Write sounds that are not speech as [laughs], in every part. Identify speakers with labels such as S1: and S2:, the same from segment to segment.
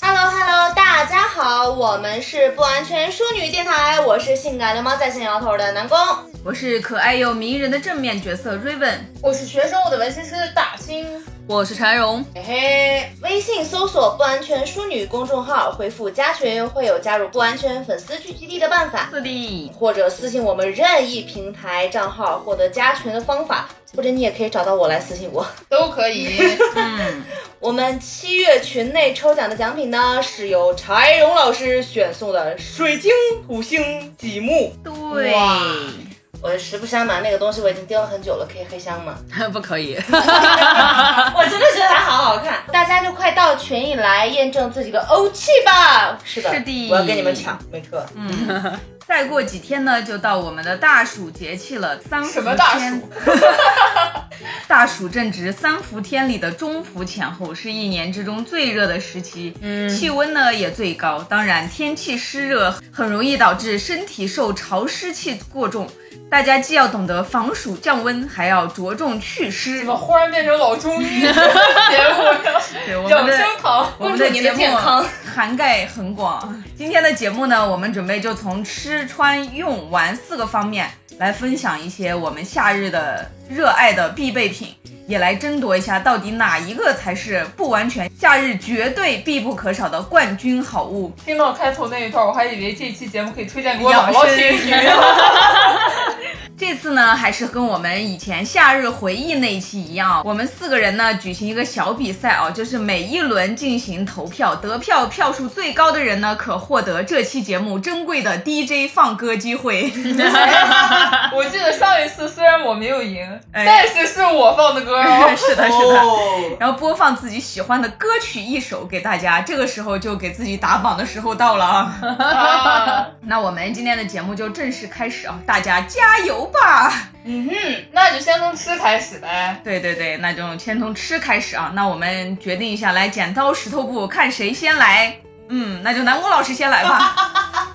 S1: Hello Hello，大家好，我们是不完全淑女电台，我是性感流氓在线摇头的南宫。
S2: 我是可爱又迷人的正面角色 Raven，
S3: 我是学生物的纹身师大兴，
S2: 我是柴荣。
S1: 嘿嘿，微信搜索“不完全淑女”公众号，回复“加群”会有加入不完全粉丝聚集地的办法，
S2: 是的，
S1: 或者私信我们任意平台账号获得加群的方法，或者你也可以找到我来私 [laughs] 信我。
S3: 都可以。
S2: 嗯，
S1: 我们七月群内抽奖的奖品呢，是由柴荣老师选送的水晶五星积木。哇
S2: 对，
S1: 我实不相瞒，那个东西我已经盯了很久了，可以黑箱吗？
S2: [laughs] 不可
S1: [laughs]
S2: 以，
S1: 我真的觉得它好好看，大家就快到群里来验证自己的欧气吧。是的，
S2: 是的
S1: 我要跟你们抢，没错。
S2: [laughs] 再过几天呢，就到我们的大暑节气了。三伏
S3: 什么大
S2: 天
S3: 暑？
S2: [laughs] 大暑正值三伏天里的中伏前后，是一年之中最热的时期，嗯，气温呢也最高。当然，天气湿热很容易导致身体受潮湿气过重，大家既要懂得防暑降温，还要着重祛湿。
S3: 怎么忽然变成老
S2: [laughs]
S3: 中医节目了？
S2: 对，我们
S3: 养
S2: 的
S3: 生堂，
S1: [laughs]
S2: 我们的节目
S1: 健康
S2: 涵盖很广。今天的节目呢，我们准备就从吃、穿、用、玩四个方面来分享一些我们夏日的热爱的必备品，也来争夺一下到底哪一个才是不完全夏日绝对必不可少的冠军好物。
S3: 听到开头那一段，我还以为这一期节目可以推荐给我姥
S2: 养
S3: 姥
S2: 生
S3: [laughs] 听一听。
S2: 这次呢，还是跟我们以前夏日回忆那一期一样，我们四个人呢举行一个小比赛啊，就是每一轮进行投票，得票票数最高的人呢，可获得这期节目珍贵的 [laughs] DJ 放歌机会。 [laughs]
S3: 我记得上一次虽然我没有赢，
S2: 哎
S3: 但是是我放的歌哦。
S2: [laughs] 是的，是的。
S1: 哦，
S2: 然后播放自己喜欢的歌曲一首给大家，这个时候就给自己打榜的时候到了啊！ [laughs]
S3: 啊
S2: 那我们今天的节目就正式开始啊，大家加油吧！
S1: 嗯哼，
S3: 那就先从吃开始呗。
S2: 对对对，那就先从吃开始啊。那我们决定一下，来剪刀石头布，看谁先来。嗯，那就南宫老师先来吧。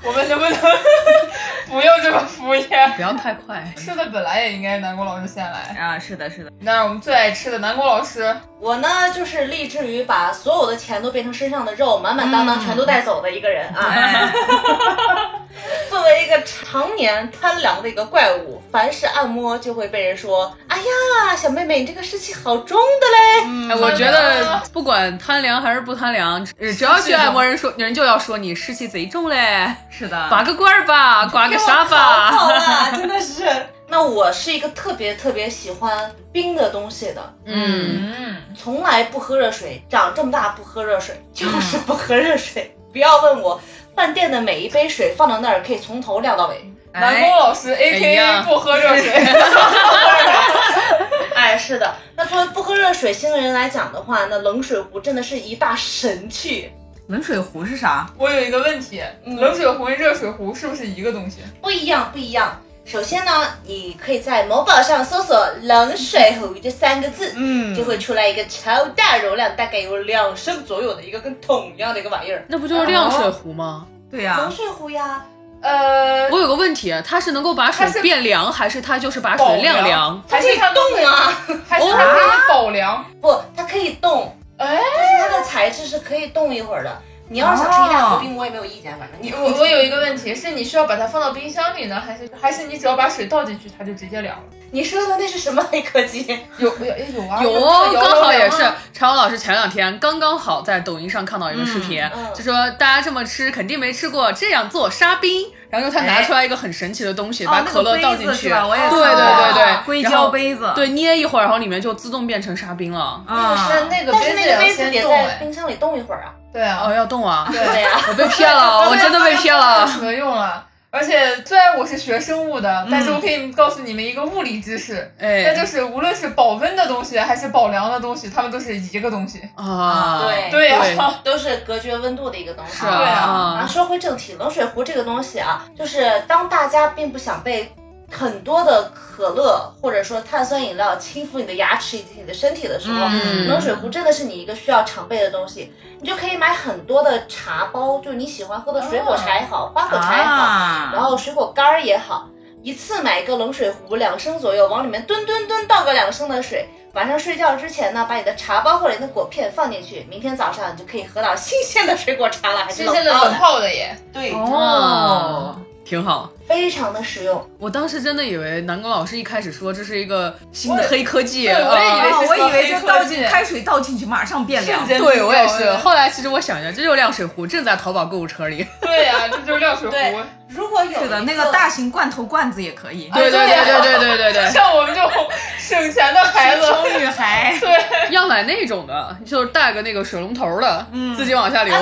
S3: 我们能不能不用这么敷衍？
S4: [laughs] 不要太快。
S3: 吃的本来也应该南宫老师先来，
S2: 啊，是的，是的，
S3: 那是我们最爱吃的南宫老师。
S1: 我呢就是立志于把所有的钱都变成身上的肉，满满当当全都带走的一个人啊。
S2: 哎，
S1: 作为一个常年贪凉的一个怪物，凡是按摩就会被人说：“哎呀，小妹妹，你这个湿气好重的嘞。
S2: 嗯
S4: 哎， [laughs] 我觉得不管贪凉还是不贪凉，只只要去按摩人说人就要说你湿气贼重嘞，
S2: 是的。
S4: 拔个罐儿吧，刮个痧
S1: 好
S4: 吧。
S1: 啊，真的是。那我是一个特别特别喜欢冰的东西的，
S4: 嗯，
S3: 嗯，
S1: 从来不喝热水，长这么大不喝热水，就是不喝热水。不要问我，饭店的每一杯水放到那儿可以从头晾到尾。
S3: 南宫
S2: 哎
S3: 老师 A
S4: 哎
S3: K A
S4: 呀
S3: 不喝热水。
S1: [laughs] 哎，是的。那作为不喝热水星人来讲的话，那冷水壶真的是一大神器，
S2: 冷水壶是啥？
S3: 我有一个问题，
S1: 嗯
S3: 冷水壶跟热水壶是不是一个东西？
S1: 不一样，不一样。首先呢，你可以在某宝上搜索“冷水壶”这三个字，
S2: 嗯
S1: 就会出来一个超大容量，大概有两升左右的一个跟桶一样的一个玩意儿，啊
S4: 那不就是晾
S3: 哦
S4: 水壶吗？
S2: 对呀、
S1: 冷水壶呀。
S3: 呃，
S4: 我有个问题，它是能够把水
S3: 它是
S4: 变凉，还是它就是把
S3: 保
S4: 水晾凉？哦
S3: 还是它
S1: 动啊，
S3: 还是它可以保凉？
S1: 不，它可以动，
S3: 哎，
S1: 它的材质是可以动一会儿的。你要是想吃一大壶冰，我也没有意见，反正你
S3: 我我有一个问题，是你需要把它放到冰箱里呢，还是还是你只要把水倒进去，它就直接凉了？
S1: 你说的那是什么黑科技？
S3: 有有有啊，
S4: 有
S3: 啊
S4: 哦，，刚好也是常勇老师前两天刚刚好在抖音上看到一个视频，
S1: 嗯
S4: 就说大家这么吃肯定没吃过，这样做沙冰，然后他拿出来一个很神奇的东西，把
S2: 哦
S4: 可乐倒
S2: 那个杯
S4: 进
S2: 子
S4: 去，
S2: 是吧？我也
S4: 对对对对
S2: 看到硅
S4: 然后
S2: 胶杯子，
S4: 对，捏一会儿，然后里面就自动变成沙冰了。
S2: 啊，
S3: 是那个
S1: 但是
S3: 杯
S1: 那
S3: 子
S1: 个
S3: 要
S1: 杯子
S3: 先
S1: 得
S3: 冻
S1: 在
S3: 哎，
S1: 冰箱里冻一会儿啊。
S3: 对啊，
S4: 哦，要
S3: [laughs]
S4: 动啊！
S3: 对
S4: [laughs]
S1: 对呀、
S4: 我被骗了，我真的被骗了。
S3: 没有用了。而且虽然我是学生物的，但是我可以告诉你们一个物理知识，那
S4: 哎
S3: 就是无论是保温的东西还是保凉的东西，它们都是一个东西。
S4: 啊，
S1: 对
S3: 对呀、
S4: 对
S1: [laughs] 都是隔绝温度的一个东西。
S4: 是
S3: 对啊
S1: 啊，
S4: 啊，
S1: 说回正题，冷水壶这个东西啊，就是当大家并不想被很多的可乐或者说碳酸饮料侵犯你的牙齿以及你的身体的时候，
S4: 嗯
S1: 冷水壶真的是你一个需要常备的东西。你就可以买很多的茶包，就你喜欢喝的水果茶也好，花果茶也好，
S2: 啊，
S1: 然后水果干儿也好，一次买一个冷水壶，两升左右，往里面吨吨吨倒个两升的水。晚上睡觉之前呢，把你的茶包或者你的果片放进去，明天早上你就可以喝到新鲜的水果茶了，还是
S3: 新
S1: 冷
S3: 鲜的
S1: 泡
S3: 冷
S1: 的，
S3: 泡
S1: [laughs]
S3: 的耶，
S1: 对，
S2: 哦，
S4: 挺好。
S1: 非常的实用。
S4: 我当时真的以为南宫老师一开始说这是一个新的
S3: 我也
S4: 黑科技，
S3: 对我也以
S2: 啊
S3: 为
S4: 啊
S3: 是
S2: 我
S3: 说
S2: 以为
S3: 黑
S2: 就
S3: 科
S2: 倒
S3: 技
S2: 进开水倒进去马上变凉
S3: 瞬，间
S4: 对我也是。
S3: 对
S4: 后来其实我想一下，这就是亮水壶，正在淘宝购物车里。
S3: 对呀、这就是料水
S1: 对
S3: 壶。
S1: 如果有哎
S2: 是的，那个大型罐头罐子也可以。
S4: 对对对对对对对 [laughs] 对。
S3: 像我们
S1: [laughs]
S3: 这种省钱的孩子，
S2: 小女孩，
S1: 啊
S4: 要买那种的，就是带个那个水龙头的，自己往下流。
S2: 哎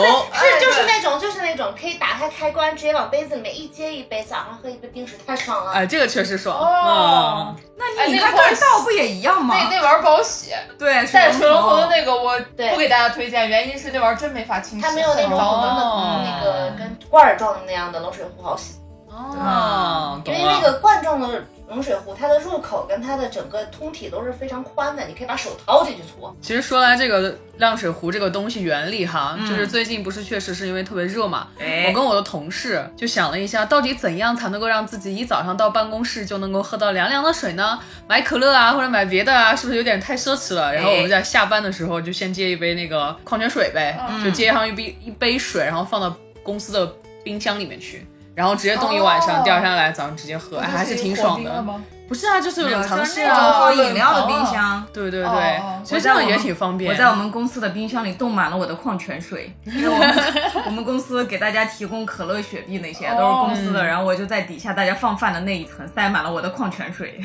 S1: 是就是那种就是那种可以打开开关，直接往杯子里面一接一杯，早上喝一杯冰水，太爽了。
S4: 哎，这个确实爽。
S3: 哦
S4: 嗯，
S2: 那
S3: 哎
S2: 你
S3: [laughs] 那
S2: 看
S3: 会儿
S2: 干倒不也一样吗？
S3: 那那玩意儿不好洗，
S2: 对，
S3: 带
S2: 水
S3: 水龙头的
S2: 那
S3: 那个我
S1: 啊对
S3: 不给大家推荐，原因是那玩意儿真没法清洗，
S1: 它没有那种普通的、
S3: 哦
S1: 那个跟罐儿状的那样的冷水壶好洗。
S4: 嗯
S2: 嗯
S4: 哦，
S1: 因
S4: 懂
S1: 为那
S4: 了。
S1: 个罐状的冷水壶，它的入口跟它的整个通体都是非常宽的，你可以把手掏进去搓。
S4: 其实说来这个亮水壶这个东西原理哈，就是最近不是确实是因为特别热嘛，
S2: 哎
S4: 我跟我的同事就想了一下，到底怎样才能够让自己一早上到办公室就能够喝到凉凉的水呢？买可乐啊，或者买别的啊，是不是有点太奢侈了？然后我们在下班的时候就先接一杯那个矿泉水呗，就接上一杯一杯水，然后放到公司的冰箱里面去。然后直接冻一晚上，
S3: 哦
S4: 第二天来早上直接喝，哎还是挺爽的。
S3: 吗？
S4: 不是啊，就是有冷藏室
S2: 那种
S4: 啊，
S2: 放饮料的冰箱。
S4: 对对对
S3: 哦，
S4: 其实这样也挺方便。
S2: 我在我们公司的冰箱里冻满了我的矿泉水，因为我们我们公司给大家提供可乐、雪碧那些都是公司的，然后我就在底下大家放饭的那一层塞满了我的矿泉水。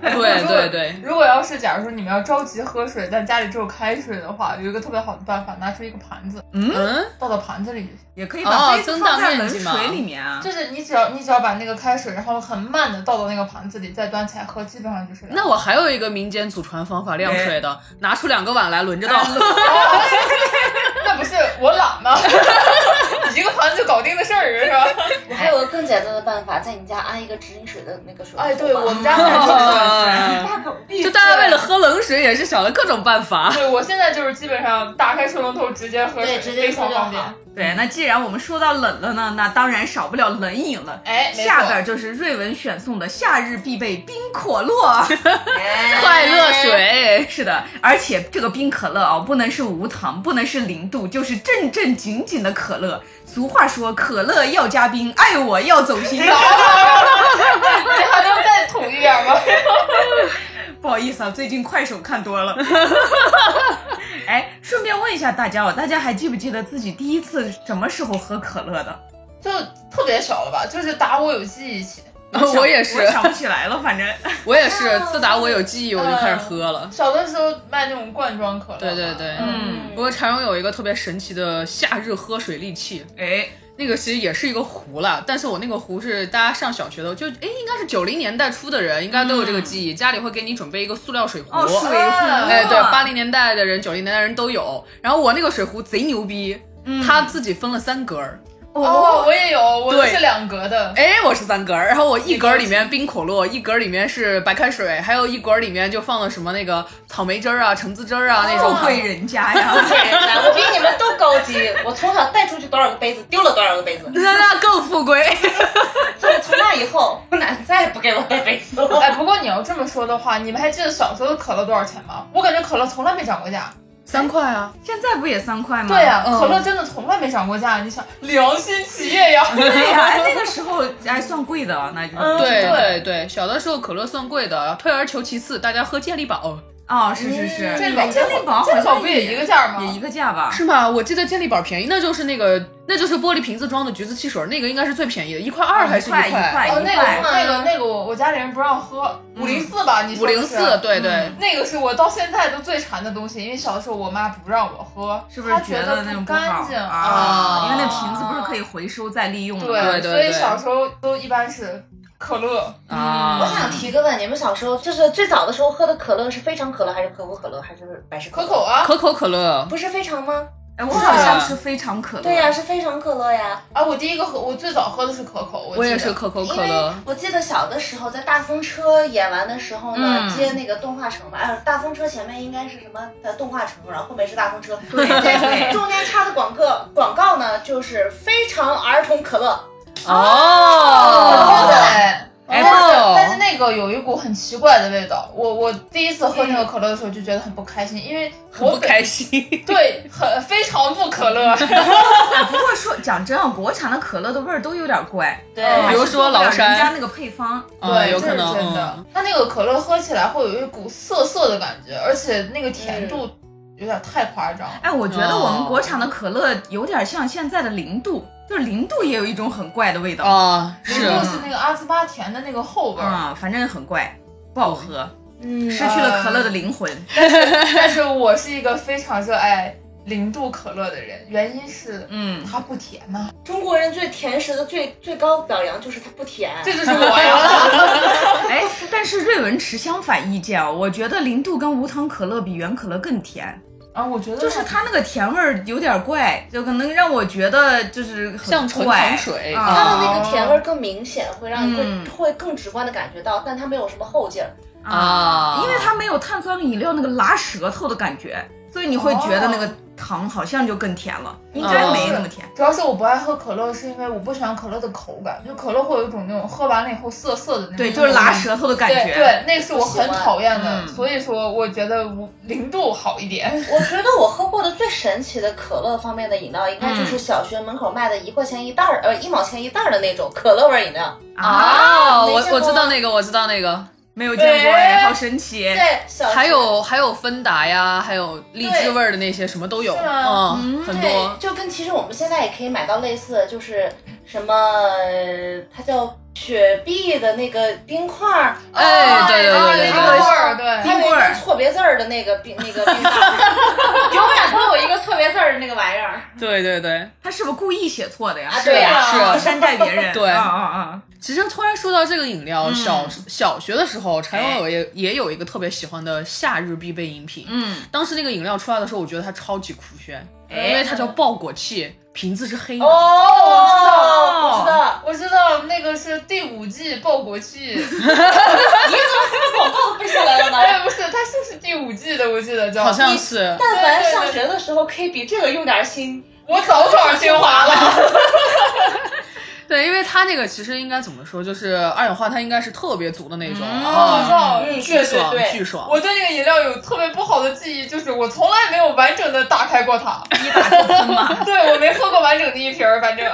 S4: 对对对，
S3: 如果要是假如说你们要着急喝水，但家里只有开水的话，有一个特别好的办法，拿出一个盘子，
S4: 嗯，
S3: 倒到盘子里就行。
S2: 也可以把杯
S4: 哦
S2: 子
S4: 增大
S2: 放在
S4: 面
S2: 冷
S4: 积嘛
S2: 水里面啊。
S3: 就是你只要你只要把那个开水，然后很慢的倒到那个盘子里，再端起来喝，基本上就是凉。
S4: 那我还有一个民间祖传方法晾水的，拿出两个碗来哎轮着倒。
S2: [laughs]
S3: 哦那不是我懒吗？ [laughs] 一个盘子就搞定的事儿是吧？
S1: 我还有个更简单的办法，在你家安一个直饮水的那个 [laughs] 水壶吧。啊
S3: 哎，对我们家还
S1: [laughs]
S3: 是
S4: 啊
S1: 大狗必
S4: 就大家为了喝冷水也是想了各种办法。
S3: 对我现在就是基本上打开水龙头直接喝
S1: 对
S3: 水，
S1: 直接
S3: 非
S1: 喝
S3: 常
S1: 就
S3: 方
S1: 好
S3: 便。。
S2: 对，那既然我们说到冷了呢，那当然少不了冷饮了。
S3: 哎，没错
S2: 下边就是瑞文选送的夏日必备冰可
S4: [laughs]
S2: 乐。哎
S4: 快乐水，
S2: 是的，而且这个冰可乐啊、不能是无糖，不能是零度，就是正正经经的可乐。俗话说，可乐要加冰，爱我要走心。
S4: 哎
S3: 哎你还能再统一点吗？
S2: [laughs]
S3: [laughs]
S2: 不好意思啊，最近快手看多了。 [laughs] 哎，顺便问一下大家哦，大家还记不记得自己第一次什么时候喝可乐的？
S3: 就特别少了吧？就是打我有记忆以前，
S2: 想
S4: 哦我也是
S2: 我，想嗯不起来了，反正
S4: 我也是。自打我有记忆，我就
S2: 嗯
S4: 开始喝了。
S3: 小的时候卖那种罐装可乐嘛。
S4: 对对对
S2: 嗯，
S4: 不过常荣有一个特别神奇的夏日喝水利器，
S2: 哎，
S4: 那个其实也是一个壶啦，但是我那个壶是大家上小学的，就哎应该是九零年代初的人应该都有这个记忆，家里会给你准备一个塑料水壶。
S2: 嗯哦，水壶，
S3: 啊
S4: 哎，
S2: 哦
S4: 对，八零年代的人、九零年代人都有。然后我那个水壶贼牛逼，他自己分了三格儿，
S3: 哦，
S2: 哦，
S3: 我也有，我
S4: 对
S3: 是两格的。
S4: 哎，我是三格儿，然后我一格儿里面冰可乐，一格儿里面是白开水，还有一格儿里面就放了什么那个草莓汁儿啊、橙子汁儿啊那种
S2: 受。惠人家呀。
S1: [laughs] 我比你们都高级，我从小带出去多少个杯子，丢了多少个杯子，
S4: [laughs] 那那更富贵，
S1: 从从那以后，我奶奶再也不给我带杯 [laughs] 子了。
S3: [laughs] 哎，不过你要这么说的话，你们还记得小时候的可乐多少钱吗？我感觉可乐从来没涨过价。
S4: [laughs] 三块啊！
S2: 现在不也三块吗？
S3: 对呀、
S4: 嗯
S3: 可乐真的从来没涨过价。你想，良心企业呀！
S2: [laughs] 对呀、哎那个时候还算贵的啊，那就是、
S3: 嗯
S4: 对
S3: 对
S4: 对对，小的时候可乐算贵的，退而求其次，大家喝健力宝，
S2: 哦，是是是，
S3: 健力宝
S2: 宝健力宝好
S3: 嗯 [laughs] 这
S2: 像
S3: 可不也一个价吗？
S2: 也一个价吧？
S4: 是吗？我记得健力宝便宜，那就是那个那就是玻璃瓶子装的橘子汽水，那个应该是最便宜的，一块二还是
S2: 一块
S4: 一
S2: 一块嗯
S3: 哦，那个
S2: 一
S3: 那个那个，我我家里人不让喝，五零四吧，嗯你
S4: 五
S3: 说
S4: 零
S3: 是
S4: 四，对对。
S3: 那个是我到现在都最馋的东西，因为小的时候我妈不让我喝，
S2: 是不是
S3: 她觉
S2: 得那种
S3: 不
S2: 不好
S3: 干净
S2: 啊？
S4: 啊
S2: 因为那瓶子不是可以回收再利用的吗？
S4: 对对
S3: 所以小时候都一般是可乐，
S4: 啊，
S1: 我想提个问，你们小时候就是最早的时候喝的可乐是非常可乐，还是可口可乐，还是百事
S3: 可口啊，
S4: 可口可乐
S1: 不是非常吗？
S2: 哎，我好像是非常可乐。
S1: 对呀、是非常可乐呀。
S3: 啊，我第一个喝，我最早喝的是可口，我
S4: 我
S3: 记
S4: 也
S3: 得
S4: 是可口
S1: 因
S4: 可
S1: 为
S4: 乐。
S1: 我记得小的时候在大风车演完的时候呢，
S2: 嗯
S1: 接那个动画城吧，哎，大风车前面应该是什么呃动画城，然后后面是大风车。
S2: [laughs] 对对对
S1: 中间插的广告广告呢，就是非常儿童可乐，
S2: 哎
S3: 喝
S4: 哦，
S3: 来。
S4: 哎
S3: 但是
S4: 不
S3: 但是那个有一股很奇怪的味道，我我第一次喝
S2: 嗯
S3: 那个可乐的时候就觉得很不开心，因为
S4: 很
S3: 我
S4: 不
S3: 本
S4: 开心。
S3: 对很非常不可乐， [laughs]
S2: 不过说讲真啊，国产的可乐的味儿都有点怪，
S1: 对
S3: 嗯
S2: 还是
S4: 比如说崂山
S2: 人家那个配方，
S4: 啊，
S3: 对，
S4: 有
S3: 这
S4: 可
S3: 是
S4: 能。
S3: 真
S4: 嗯
S3: 的。它那个可乐喝起来会有一股涩涩的感觉，而且那个
S2: 嗯
S3: 甜度有点太夸张。
S2: 哎，我觉得我们
S4: 哦
S2: 国产的可乐有点像现在的零度，就是零度也有一种很怪的味道
S4: 啊，
S3: 零
S4: 是嗯
S3: 度
S2: 嗯
S3: 是那个阿兹巴甜的那个后味儿，
S2: 啊、反正很怪，不好
S4: 哦
S2: 喝，
S1: 嗯
S2: 失去了可乐的灵魂。
S3: 但是我是一个非常热爱零度可乐的人，原因是
S4: [laughs]
S2: 嗯，
S3: 它不甜呐、
S1: 中国人最甜食的最最高表扬就是它不甜，
S3: 这就是我呀。 [laughs]
S2: 哎，但是瑞文持相反意见啊，我觉得零度跟无糖可乐比原可乐更甜，
S3: 啊，我觉得
S2: 就是它那个甜味儿有点怪，就可能让我觉得就是很
S4: 像纯
S2: 怪
S4: 糖水
S2: 啊
S1: 它的那个甜味儿更明显，会让你
S2: 嗯
S1: 更会更直观的感觉到，但它没有什么后劲儿。
S4: 啊
S2: 因为它没有碳酸饮料那个拉舌头的感觉，所以你会觉得那个糖好像就更甜
S4: 哦
S2: 了，应该没那么甜。
S3: 主要是我不爱喝可乐，是因为我不喜欢可乐的口感，就可乐会有一种那种喝完了以后涩涩的那种。
S2: 对，就是拉。舌头的感
S3: 嗯对
S2: 觉。
S3: 对，那是我很讨厌的，
S2: 嗯
S3: 所以说我觉得无零度好一点。 [laughs]
S1: 我觉得我喝过的最神奇的可乐方面的饮料，应该
S4: 嗯
S1: 就是小学门口卖的一块钱一袋儿，呃，一毛钱一袋儿的那种可乐味儿饮料。
S2: 啊，
S4: 哦，
S1: 没
S4: 我
S1: 见
S4: 我
S1: 过
S4: 知道
S1: 吗
S4: 那个，我知道那个，
S2: 没有见过哎，
S3: 对
S2: 好神奇。
S1: 对，小学
S4: 嗯还有还有芬达呀，还有荔枝
S1: 对
S4: 味儿的那些，什么都有，
S3: 是吗
S2: 哦
S4: 嗯，很
S1: 对，
S4: 多。
S1: 就跟其实我们现在也可以买到类似的，就是什么呃它叫雪碧的那个冰块儿，
S4: 哎，对对
S1: 哦
S4: 对对
S3: 那
S4: 对
S3: 个
S4: 对
S3: 味儿，对，
S1: 还有一个错别字儿的那个冰那个冰块儿，
S4: [laughs]
S1: 永远都有一个错别字儿的那个玩意儿
S4: 对对对。
S2: 他是不是故意写错的呀？
S1: 啊，对呀、
S4: 是啊
S2: 山寨别人。
S4: 对
S2: 啊啊啊！
S4: 其实突然说到这个饮料，
S2: 嗯
S4: 小小学的时候，柴荣有也也有一个特别喜欢的夏日必备饮品。
S2: 嗯，
S4: 当时那个饮料出来的时候，我觉得它超级酷炫，
S2: 哎
S4: 因为它叫爆果器，瓶子是黑的。
S3: 我知道，
S1: 哦我知道，
S3: 我知道那个是第五季报国剧，
S1: 背下来了呢。
S3: 哎，不是，它是不是第五季的？我记得叫，
S4: 好像是，
S1: 但凡上学的时候可以比这个用点心，
S3: 我早考清华了。
S4: 对，因为它那个其实应该怎么说，就是二氧化碳应该是特别足的那种
S3: 哦，我知
S4: 啊，
S3: 道，
S1: 嗯
S3: 对
S4: 巨爽
S3: 对对，
S4: 巨
S3: [laughs]
S4: 爽
S3: 我对那个饮料有特别不好的记忆，就是我从来没有完整的打开过它。
S2: 一打就喷嘛。
S3: [laughs] 对，我没喝过完整的一瓶儿，反正。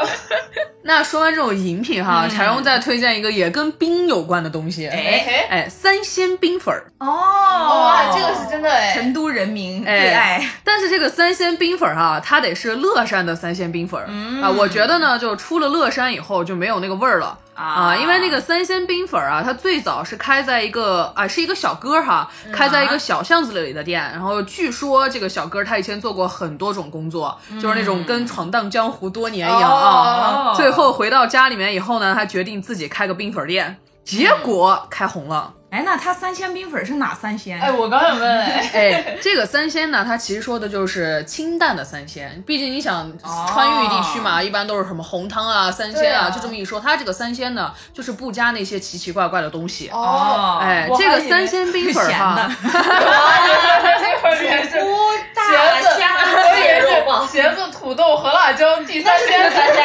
S4: 那说完这种饮品哈，
S2: 嗯
S4: 柴荣再推荐一个也跟冰有关的东西，
S2: 哎
S4: 哎三鲜冰粉儿。
S2: 哦
S3: 哇，这个是真的哎。
S2: 成都人民最爱。
S4: 但是这个三鲜冰粉儿哈、它得是乐山的三鲜冰粉儿、啊。我觉得呢，就出了乐山以后就没有那个味儿了
S2: 啊
S4: 因为那个三鲜冰粉儿啊，它最早是开在一个啊，是一个小哥儿哈，
S2: 嗯
S4: 开在一个小巷子里的店。然后据说这个小哥儿他以前做过很多种工作，就是那种跟闯荡江湖多年一样啊。
S2: 嗯哦
S4: 最后回到家里面以后呢，他决定自己开个冰粉儿店，结果开红了。
S2: 哎，那它三鲜冰粉是哪三鲜？
S3: 哎，我刚想问，哎，
S2: [laughs]
S4: 哎，这个三鲜呢，它其实说的就是清淡的三鲜。毕竟你想
S2: 哦
S4: 川渝地区嘛，一般都是什么红汤啊、三鲜啊，
S3: 对啊
S4: 就这么一说。它这个三鲜呢，就是不加那些奇奇怪怪的东西。
S3: [laughs] 哦，
S4: 哎
S3: 我，还
S4: 这
S3: 以为
S4: 个三鲜冰粉儿哈， [laughs]
S3: 这会儿也是
S1: 猪
S3: 茄子我以为
S1: 肉
S4: 哦
S1: 棒
S3: 是茄子、土豆和辣椒第三鲜三鲜。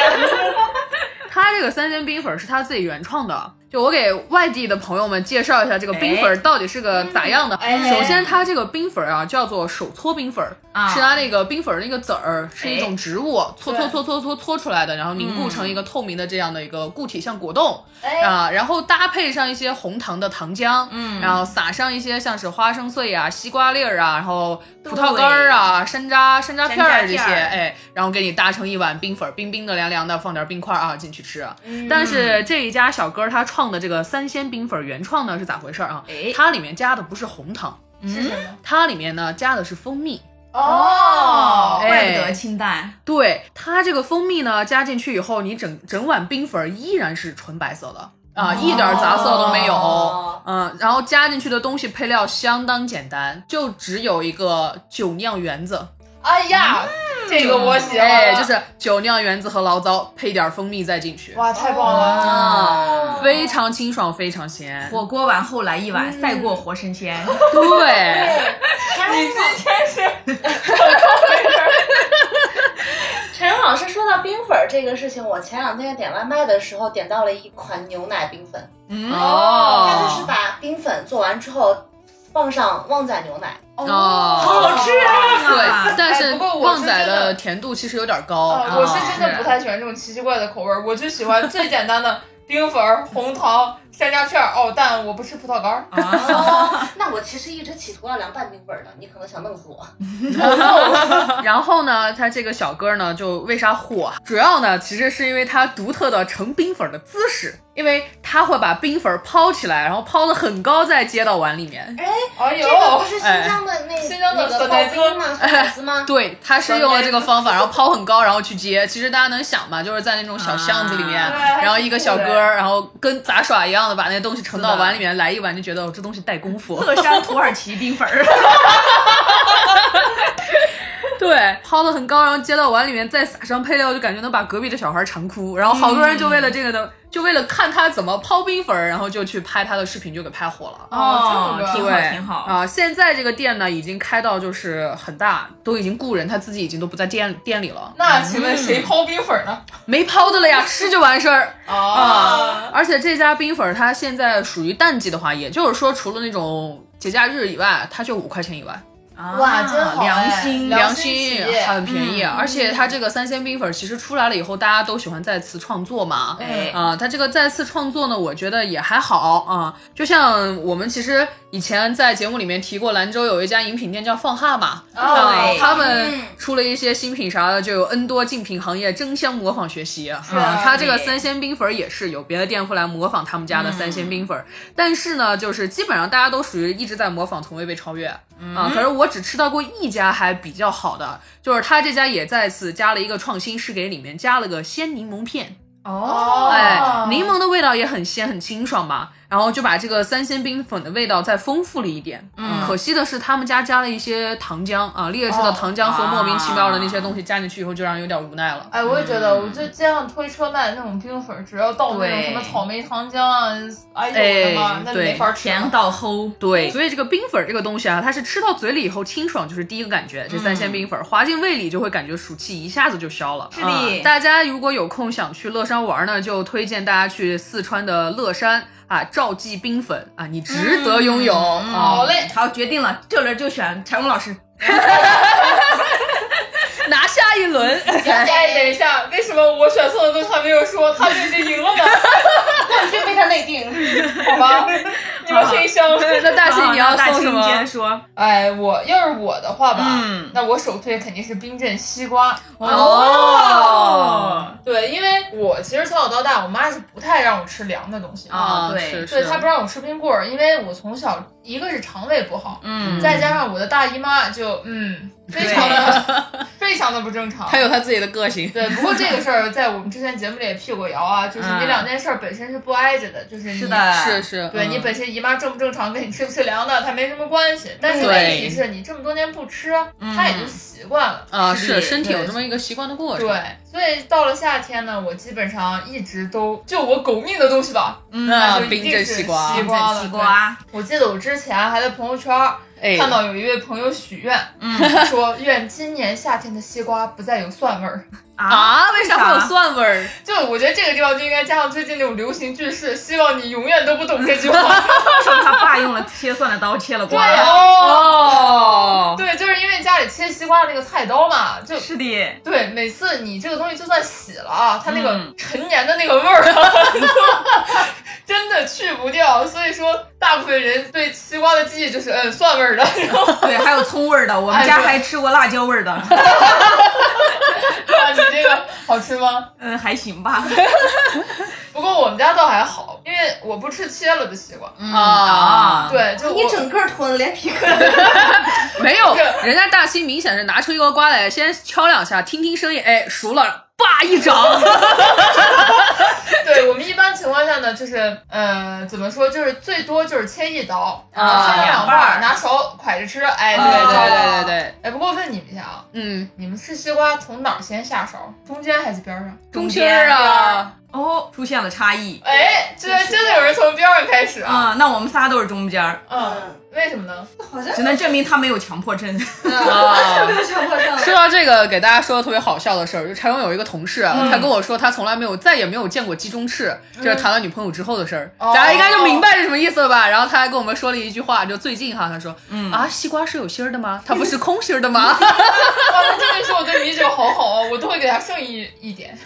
S4: 它这个三鲜冰粉儿是它自己原创的。就我给外地的朋友们介绍一下这个冰粉儿到底是个咋样的。
S3: 哎
S4: 首先，它这个冰粉儿啊叫做手搓冰粉儿，
S2: 啊
S4: 是它那个冰粉儿那个籽儿是一种植物，搓搓
S3: 哎对嗯
S4: 搓搓搓搓出来的，然后凝固成一个透明的这样的一个固体，像果冻
S3: 哎，
S4: 啊，然后搭配上一些红糖的糖浆，
S2: 嗯
S4: 然后撒上一些像是花生碎啊、西瓜粒儿啊，然后葡萄干儿啊、山楂、山楂片儿这些，
S2: 山楂片儿
S4: 哎，然后给你搭成一碗冰粉儿，冰冰的、凉凉的，放点冰块儿啊进去吃。
S2: 嗯
S1: 嗯
S4: 但是这一家小哥儿他创的这个三鲜冰粉儿原创呢是咋回事儿啊？
S2: 哎
S4: 它里面加的不是红糖，
S3: 是什么？
S4: 它里面呢加的是蜂蜜。
S3: 哦，
S4: 哎
S2: 怪不得清淡。
S4: 对它这个蜂蜜呢加进去以后，你整整碗冰粉儿依然是纯白色的啊，
S3: 哦
S4: 一点儿杂色都没有。
S1: 哦
S4: 嗯，然后加进去的东西配料相当简单，就只有一个酒酿圆子。
S3: 哎呀，这个我喜欢了，
S4: 嗯哎，就是酒酿圆子和醪糟，配点蜂蜜再进去，
S3: 哇，太棒了！
S2: 啊，
S4: 非常清爽，非常咸。
S2: 火锅完后来一碗赛过活神仙，
S4: 对，
S1: 陈老
S3: 真是
S1: 陈老师说到冰粉儿这个事情，我前两天点外卖的时候点到了一款牛奶冰粉，
S2: 嗯
S1: 它就是
S4: 哦，
S1: 把冰粉做完之后放上旺仔牛
S3: [laughs]
S1: 奶，
S4: 哦
S1: 好好吃啊！
S4: 对，
S2: [laughs]
S4: 但是
S3: 哎不过我
S4: 旺
S3: 是
S4: 仔
S3: 真的
S4: 的甜度其实有点高。
S3: 啊，我是真的
S4: 啊
S3: 不太喜欢这种奇奇怪的口味儿，我就喜欢最简单的 [laughs] 冰粉儿、红糖、山楂片儿。哦，但我不吃葡萄干儿。
S1: 哦，那我其实一直企图要凉拌冰粉儿的，你可能想弄死我。
S4: 然后呢，他这个小哥呢，就为啥火？啊主要呢，其实是因为他独特的盛冰粉的姿势，因为他会把冰粉抛起来，然后抛得很高，再接到碗里面。
S3: 哎
S1: 这个不
S3: 呦，
S4: 哦
S3: 哎
S1: 是新疆的那、
S3: 新疆
S1: 那
S3: 的
S1: 个
S3: 酸奶
S1: 刨
S3: 滋
S1: 冰吗？酸奶滋吗？ [laughs]
S4: 对，他是用了这个方法，然后抛很高，然后去接。其实大家能想吧，就是在那种小巷子里面，
S2: 啊
S3: 对还
S4: 然后一个小
S3: 挺酷
S4: 哥，
S3: 的
S4: 然后跟杂耍一样的把那东西盛到
S2: 是的
S4: 碗里面来一碗，就觉得、哦、这东西带
S3: [laughs]
S4: 功夫。
S2: 乐山土耳其冰粉儿，
S4: [laughs] 对，抛得很高，然后接到碗里面，再撒上配料，就感觉能把隔壁的小孩馋哭。然后好多人就为
S2: 嗯
S4: 了这个的，就为了看他怎么抛冰粉儿，然后就去拍他的视频，就给拍火了。
S3: 哦这么个
S2: 挺好
S4: 对，
S2: 挺好。
S4: 啊、现在这个店呢，已经开到就是很大，都已经雇人，他自己已经都不在店店里了，
S3: 那请问谁
S4: 嗯
S3: 抛冰粉儿呢？
S4: 没抛的了呀，吃就完事儿。
S2: 哦
S3: 啊，
S4: 而且这家冰粉儿它现在属于淡季的话，也就是说除了那种节假日以外，它就五块钱以外，
S3: 哇真好哎
S2: 啊良心
S3: 良
S4: 良
S3: 心
S4: 心
S3: 企业嗯
S4: 很便宜。啊而且它这个三鲜冰粉儿其实出来了以后，大家都喜欢再次创作嘛。
S2: 哎
S4: 啊、它这个再次创作呢，我觉得也还好啊、就像我们其实以前在节目里面提过，兰州有一家饮品店叫放哈嘛，啊、
S3: 哦
S2: 对
S4: 他们
S1: 嗯
S4: 出了一些新品啥的，就有 N 多竞品行业争相模仿学习啊。
S3: 啊
S4: 它这个
S2: 对
S4: 三鲜冰粉儿也是有别的店会来模仿他们家的三鲜冰粉儿，但是呢，就是基本上大家都属于一直在模仿，从未被超越。啊，可是我只吃到过一家还比较好的，就是他这家也再次加了一个创新，是给里面加了个鲜柠檬片，
S2: 哦
S4: 哎，柠檬的味道也很鲜，很清爽嘛。然后就把这个三鲜冰粉的味道再丰富了一点。嗯，可惜的是他们家加了一些糖浆啊，劣质的
S2: 哦
S4: 糖浆和莫名其妙的那些东西加进去以后，就让人有点无奈了。
S3: 哎，我也觉
S4: 嗯
S3: 得，我就街上推车卖的那种冰粉儿，只要倒那种什么草莓糖浆啊，哎呦我的妈
S4: 哎，
S3: 那
S4: 对
S3: 没法吃了。
S2: 甜到齁，
S4: 对，所以这个冰粉儿这个东西啊，它是吃到嘴里以后清爽，就是第一个感觉。
S2: 嗯
S4: 这三鲜冰粉儿滑进胃里，就会感觉暑气一下子就消了。
S2: 是的
S4: 嗯大家如果有空想去乐山玩儿呢，就推荐大家去四川的乐山啊，赵记冰粉啊，你值得拥有。
S2: 嗯
S4: 啊
S3: 好嘞，
S2: 好，决定了，这轮就选柴荣老师。
S4: 拿下一轮。 [laughs]
S3: 哎，等一下，为什么我选送的东西还没有说，他就已经赢了呢？
S1: 冠军被他内定。
S3: 好吧，你们谁香？
S4: 那大庆你要
S2: 好那大
S4: 送
S2: 庆
S4: 什
S2: 你接
S4: 么
S2: 着？说，
S3: [laughs] 哎，我要是我的话吧，
S2: 嗯
S3: 那我首推肯定是冰镇西瓜。
S2: 哦，
S3: 对，因为我其实从小到大，我妈是不太让我吃凉的东西的。
S2: 啊对
S4: 哦是
S3: 对
S4: 是，
S3: 她不让我吃冰棍儿，因为我从小一个是肠胃不好，
S2: 嗯
S3: 再加上我的大姨妈就嗯，非常的非常的不正常
S4: 他。有他自己的个 [laughs] 性。
S3: 对，不过这个事儿在我们之前节目里也辟过谣啊，就是你
S2: 嗯
S3: 两件事儿本身是不挨着的，就是你
S2: 是的，
S4: 是是，
S3: 对
S4: 嗯
S3: 你本身姨妈正不正常，跟你吃不吃凉的，它没什么关系。但是
S4: 对
S3: 问题是你这么多年不吃，它
S2: 嗯
S3: 也就习惯了。
S4: 啊
S2: 是的
S4: 是身体有
S3: 对
S4: 这么一个习惯的过程。
S3: 对，所以到了夏天呢，我基本上一直都就我狗命的东西吧，
S4: 嗯那
S3: 就一定
S4: 冰镇
S3: 是
S4: 西瓜
S3: 西，瓜了。
S2: 西瓜，
S3: 对我记得我之前还在朋友圈
S4: 哎，
S3: 看到有一位朋友许愿，
S2: 嗯
S3: [laughs] 说愿今年夏天的西瓜不再有蒜味儿。 [laughs]
S4: 啊，为啥会有
S2: [laughs]
S4: 蒜味儿？
S3: 就我觉得这个地方就应该加上最近那种流行句式，希望你永远都不懂这句话。
S2: 说他爸用了切蒜的刀切了瓜。
S4: 哦，
S3: 哦对，就是因为家里切西瓜的那个菜刀嘛，就是
S2: 的，
S3: 对，每次你这个东西就算洗了啊，它那个
S2: 嗯
S3: 陈年的那个味儿、啊 [laughs] 真的去不掉。所以说，大部分人对西瓜的记忆就是嗯蒜味儿的。 [laughs] 然后
S2: 对，还有葱味儿的，我们
S3: 哎
S2: 家
S3: 对
S2: 还吃过辣椒味儿的， [laughs]
S3: 啊，你这个好吃吗？
S2: 嗯，还行吧。
S3: 不过我们家倒还好，因为我不吃切了的西瓜。
S4: 嗯啊，
S3: 对，就
S1: [laughs] 你
S3: 我
S1: 整个吞了，连皮壳儿都
S4: 没有
S3: 这个，
S4: 人家大兴明显是拿出一个瓜来，先敲两下，听听声音，哎，熟了，叭一掌，
S3: 对我们一般情况下呢，就就是呃，怎么说，就是最多就是切一刀，
S2: 啊
S3: 然后切成两
S2: 两半儿
S3: 拿手蒯着吃。哎，
S4: 对
S3: 对对对。
S4: 对对对，
S3: 哎，不过问你们一下啊，
S4: 嗯，
S3: 你们吃西瓜从哪儿先下手？中间还是边儿上？
S4: 中心儿啊，
S2: 哦，出现了差异
S3: 哎，居然真的有人从边儿上开始啊！
S2: 啊、那我们仨都是中间儿，
S3: 嗯，为什么呢？
S1: 好像
S2: 只能证明他没有强迫症。 [laughs]
S4: 啊
S1: 没。有强迫
S3: [laughs] 啊
S1: 症。
S4: 说到这个，给大家说个特别好笑的事儿，就柴荣有一个同事
S2: 嗯
S4: 啊，他跟我说他从来没有再也没有见过鸡中翅，这是谈了女朋友之后的事儿，
S3: 哦
S4: 大家应该就明白是什么意思了吧？然后他还跟我们说了一句话，就最近哈，他说，
S2: 嗯
S4: 啊，西瓜是有芯儿的吗？它不是空心儿
S2: [laughs]
S4: 的吗？
S3: 哇，他真的是我对米酒好好哦，我都会给他剩一
S2: [laughs]
S3: 一点。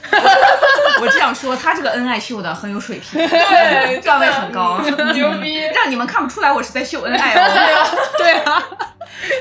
S2: 我这样说，他这个恩爱秀的很有水平，
S3: 对
S2: 段位很高，啊
S3: 牛逼！
S2: [laughs] 让你们看不出来我是在秀恩爱 [laughs] 哦。
S4: [laughs] 对啊，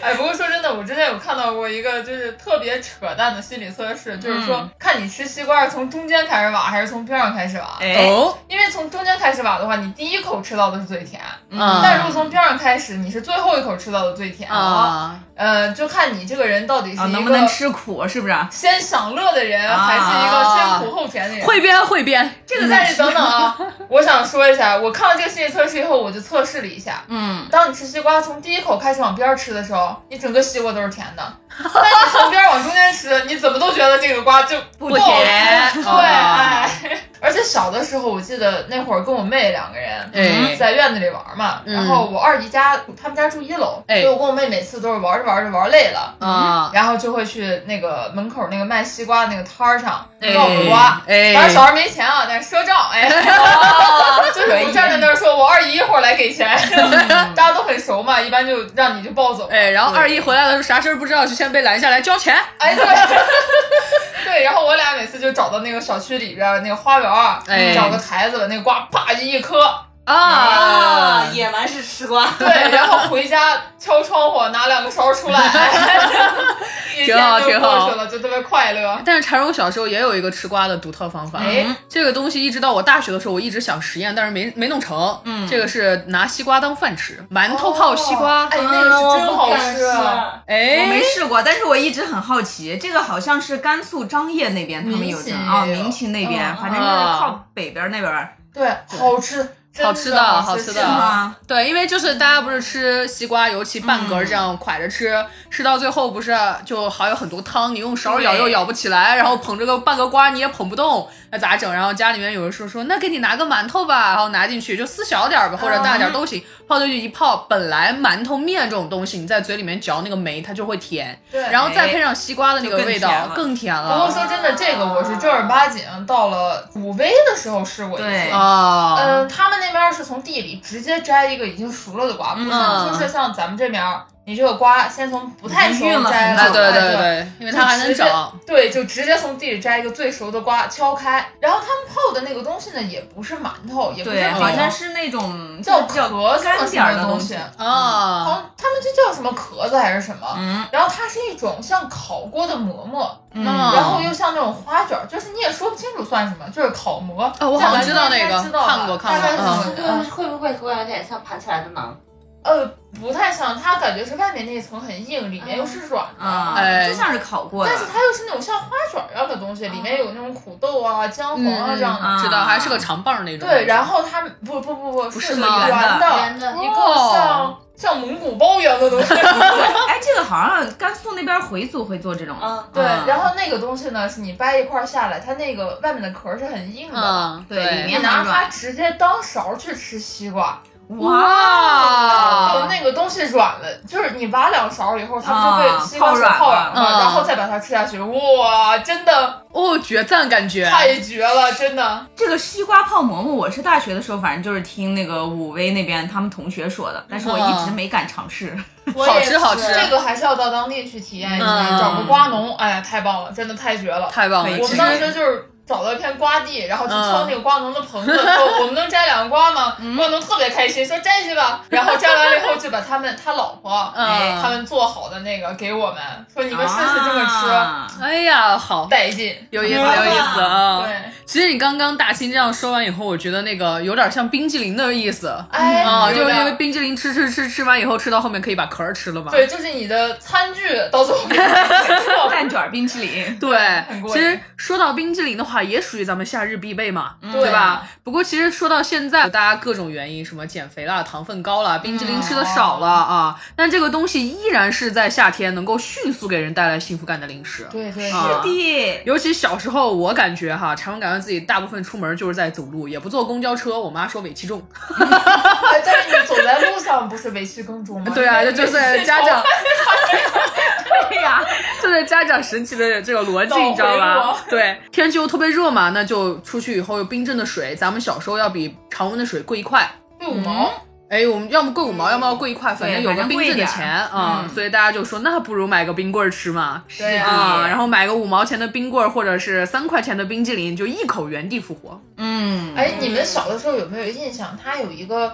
S3: 哎，不过说真的，我之前有看到过一个就是特别扯淡的心理测试，就是说、
S2: 嗯
S3: 看你吃西瓜是从中间开始挖还是从边上开始挖。
S2: 哎，
S4: 哦，
S3: 因为从中间开始挖的话，你第一口吃到的是最甜；
S2: 嗯
S4: 啊
S3: 但如果从边上开始，你是最后一口吃到的最
S2: 哦
S3: 甜。
S4: 啊，
S3: 呃，就看你这个人到底是
S2: 啊，能
S3: 一
S2: 不能
S3: 个
S2: 吃啊苦是不啊是？
S3: 先享乐的人，还是一个先苦后甜的人。
S4: 汇编汇编，
S2: 这个
S3: 但
S2: 在
S3: 是等等啊， [laughs] 我想说一下，我看了这个心理测试以后，我就测试了一下。
S2: 嗯，
S3: 当你吃西瓜从第一口开始往边儿吃的时候，你整个西瓜都是甜
S2: [laughs]
S3: 的；但你从边儿往中间吃，你怎么都觉得这个瓜就不
S2: 不
S3: 好吃
S2: 甜
S3: [laughs]
S2: 啊
S3: 对，
S4: 哦
S3: 哎而且小的时候，我记得那会儿跟我妹两个人。
S4: 哎，
S3: 在院子里玩嘛，
S2: 嗯
S3: 然后我二姨家，他们家住一楼，
S4: 哎
S3: 所以我跟我妹每次都是玩着玩着玩累了，
S4: 啊，
S3: 然后就会去那个门口那个卖西瓜那个摊儿上
S2: 嗯
S3: 要我
S2: 啊
S3: 瓜，
S4: 哎
S3: 当然手上没钱啊，但是赊账，哎，就是我站在那儿说，我二姨一会儿来给钱，大家都很熟嘛，一般就让你就抱走，
S4: 嗯哎，然后二姨回来的时候啥事儿不知道，就先被拦下来交钱，
S3: 哎，对， [laughs] 对，然后我俩每次就找到那个小区里边儿那个花园儿，
S4: 哎
S3: 找个台子把那个瓜啪就一磕，
S1: 啊，
S4: 啊，
S1: 野蛮式吃瓜，
S3: 对，然后回家敲窗户拿两个勺出来，哎
S4: [laughs]
S3: 一天
S4: 挺好
S3: 就
S4: 挺好
S3: 过去了，就特别快乐，
S4: 但是柴荣小时候也有一个吃瓜的独特方法，
S3: 哎。
S4: 这个东西一直到我大学的时候，我一直想实验，但是没没弄成。嗯，这个是拿西瓜当饭吃，馒头泡西瓜。
S3: 哎，那个是真好吃啊！
S2: 我没
S4: 哎，
S2: 试过，但是我一直很好奇，这个好像是甘肃张掖那边他们有
S3: 民
S2: 这
S3: 企
S2: 啊，
S3: 也有
S2: 民企那边，
S3: 嗯
S2: 反正就是靠北边那边儿
S3: 对，好吃，真
S4: 好吃的
S3: 的，
S4: 好吃
S3: 吃
S4: 的
S2: 是吗？
S4: 对，因为就是大家不是吃西瓜，尤其半格这样蒯着吃，吃到最后不是就好有很多汤，你用勺舀又舀不起来，然后捧着个半个瓜你也捧不动，那咋整？然后家里面有人说说，那给你拿个馒头吧，然后拿进去就撕小点儿吧，或者大点儿都行，泡进去一泡，本来馒头面这种东西，你在嘴里面嚼那个酶，它就会甜，
S3: 对，
S4: 然后再配上西瓜的那
S2: 就
S4: 个
S2: 更
S4: 味道
S2: 甜了
S4: 哎更甜了。
S3: 不过说真的，这个我是正儿八经到了武威的时候试过一
S2: 对
S3: 次。
S4: 哦，
S3: 嗯，他们那边是从地里直接摘一个已经熟了的瓜，不像
S4: 嗯
S3: 说是像咱们这边儿，你这个瓜先从不太熟
S2: 已经运了
S3: 摘
S2: 很
S3: 了，
S4: 啊，
S2: 久
S4: 对
S3: 哎
S4: 对
S3: 对
S4: 对，因为它还能长。
S3: 对，就直接从地里摘一个最熟的瓜敲开，然后他们泡的那个东西呢，也不是馒头，也不
S2: 对，
S3: 是
S2: 好像
S3: 是
S2: 是那种
S3: 嗯叫
S2: 比较
S3: 壳子
S2: 干
S3: 什
S2: 点
S3: 么
S2: 儿的
S3: 东
S2: 西
S3: 西，，好
S4: 啊，
S3: 像哦他们就叫什么壳子还是什么，
S2: 嗯
S3: 然后它是一种像烤过的馍馍，
S2: 嗯，
S4: 嗯
S3: 然后又像那种花卷儿，就是你也说不清楚算什么，就是烤馍。啊
S4: 哦我好像知道那个
S3: 知道吧
S4: 看过看
S3: 大概
S4: 过
S3: 是
S4: 嗯
S3: 什么
S1: 这
S3: 的
S1: 个啊会不会和我有点像盘起来的馕？
S3: 呃，不太像，它感觉是外面那一层很硬，里面
S4: 嗯
S3: 又是软的。
S2: 啊
S4: 哎，
S2: 就像是烤过的
S3: 但，是它又是那种像花卷儿一样的东西，里面有那种苦豆啊、姜黄啊这样的。
S2: 嗯
S4: 知道，还是个长棒儿那种。
S3: 对，然后它不不不不，
S4: 不
S3: 是
S4: 是
S3: 个
S4: 吗哦
S3: 圆
S1: 圆的
S3: 一个像像蒙古包一样的东
S4: [laughs]
S2: [laughs]
S3: 西。
S2: 哎，这个好像甘肃那边回族会做这种，
S1: 嗯
S3: 对，
S2: 嗯
S3: 然后那个东西呢，是你掰一块儿下来，它那个外面的壳儿是很硬的。
S4: 嗯，
S2: 对里
S3: 你
S2: 面
S3: 拿它直接当勺去吃西瓜，
S4: 哇嗯
S3: 就，那个东西软了，就是你挖两勺以后，它不是被西瓜水
S2: 啊
S3: 泡软
S4: 嗯泡软了嗯
S3: 然后再把它吃下去，哇，真的
S4: 哦，绝赞感觉。
S3: 太绝了，真的。
S2: 这个西瓜泡馍馍，我是大学的时候，反正就是听那个武威那边他们同学说的，但是我一
S3: 嗯
S2: 直没敢尝试。
S4: [laughs] 好吃好吃
S3: 这个还是要到当地去体验一下，
S4: 嗯
S3: 找个瓜农，哎呀，太棒了，真的太绝了。
S4: 太棒
S2: 可
S4: 了！
S2: 以
S3: 我
S4: 哎其
S3: 们
S4: 实
S3: 当时就是找到一片瓜地，然后去敲
S4: 嗯
S3: 那个瓜农的棚子，
S4: [laughs]
S3: 说我们能摘两个瓜吗？瓜农特别开心，说摘去吧。然后摘完了以后，就把他们他老婆
S4: 嗯
S3: 哎他们做好的那个给我们，说你们试试这么吃，
S2: 啊
S3: [laughs]
S4: 哎呀，好，
S3: 带劲。
S4: 有意思，
S1: 嗯
S4: 有意思啊！
S3: 对，
S4: 其实你刚刚大清这样说完以后，我觉得那个有点像冰激凌的意思。
S3: 哎，
S4: 啊，就
S3: 有
S4: 是因为
S3: 点
S4: 冰激凌吃吃吃吃完以后，吃到后面可以把壳儿吃了嘛。
S3: 对，就是你的餐具到最后
S4: [laughs]
S3: 面
S2: 蛋卷冰淇淋，
S4: 对，
S3: 过
S4: 其
S3: 瘾
S4: 实说到冰激凌的话，也属于咱们夏日必备嘛，
S3: 对啊
S4: 对吧？？不过其实说到现在，大家各种原因，什么减肥啦、糖分高啦、冰激凌吃的少了
S3: 嗯
S4: 啊，但这个东西依然是在夏天能够迅速给人带来幸福感的零食。
S3: 对对
S4: 啊
S3: 是
S2: 弟，
S4: 尤其小时候，我感觉哈，常常感觉自己大部分出门就是在走路，也不坐公交车。我妈说尾气重， [laughs]
S3: 哎但是你走在路上不是委屈更重吗？
S4: 对啊，这就是家
S3: [laughs]
S4: 长，
S2: 对呀，
S4: 这是家长神奇的这个逻辑，你知
S3: 脑
S4: 道
S3: 回
S4: 吧
S3: 路？
S4: 对，天气又特别热嘛，那就出去以后有冰镇的水，咱们小时候要比常温的水贵一块。
S3: 六毛，
S4: 哎，我们要么贵五毛，要么要贵一块，反正有
S2: 反
S4: 个
S2: 正
S4: 冰
S2: 贵
S4: 镇的
S2: 点儿
S4: 钱啊、所以大家就说，那不如买个冰棍儿吃嘛。
S3: 对
S4: 啊，然后买个五毛钱的冰棍儿，或者是三块钱的冰激凌，就一口原地复活。
S2: 嗯，
S3: 哎，你们小的时候有没有印象？它有一个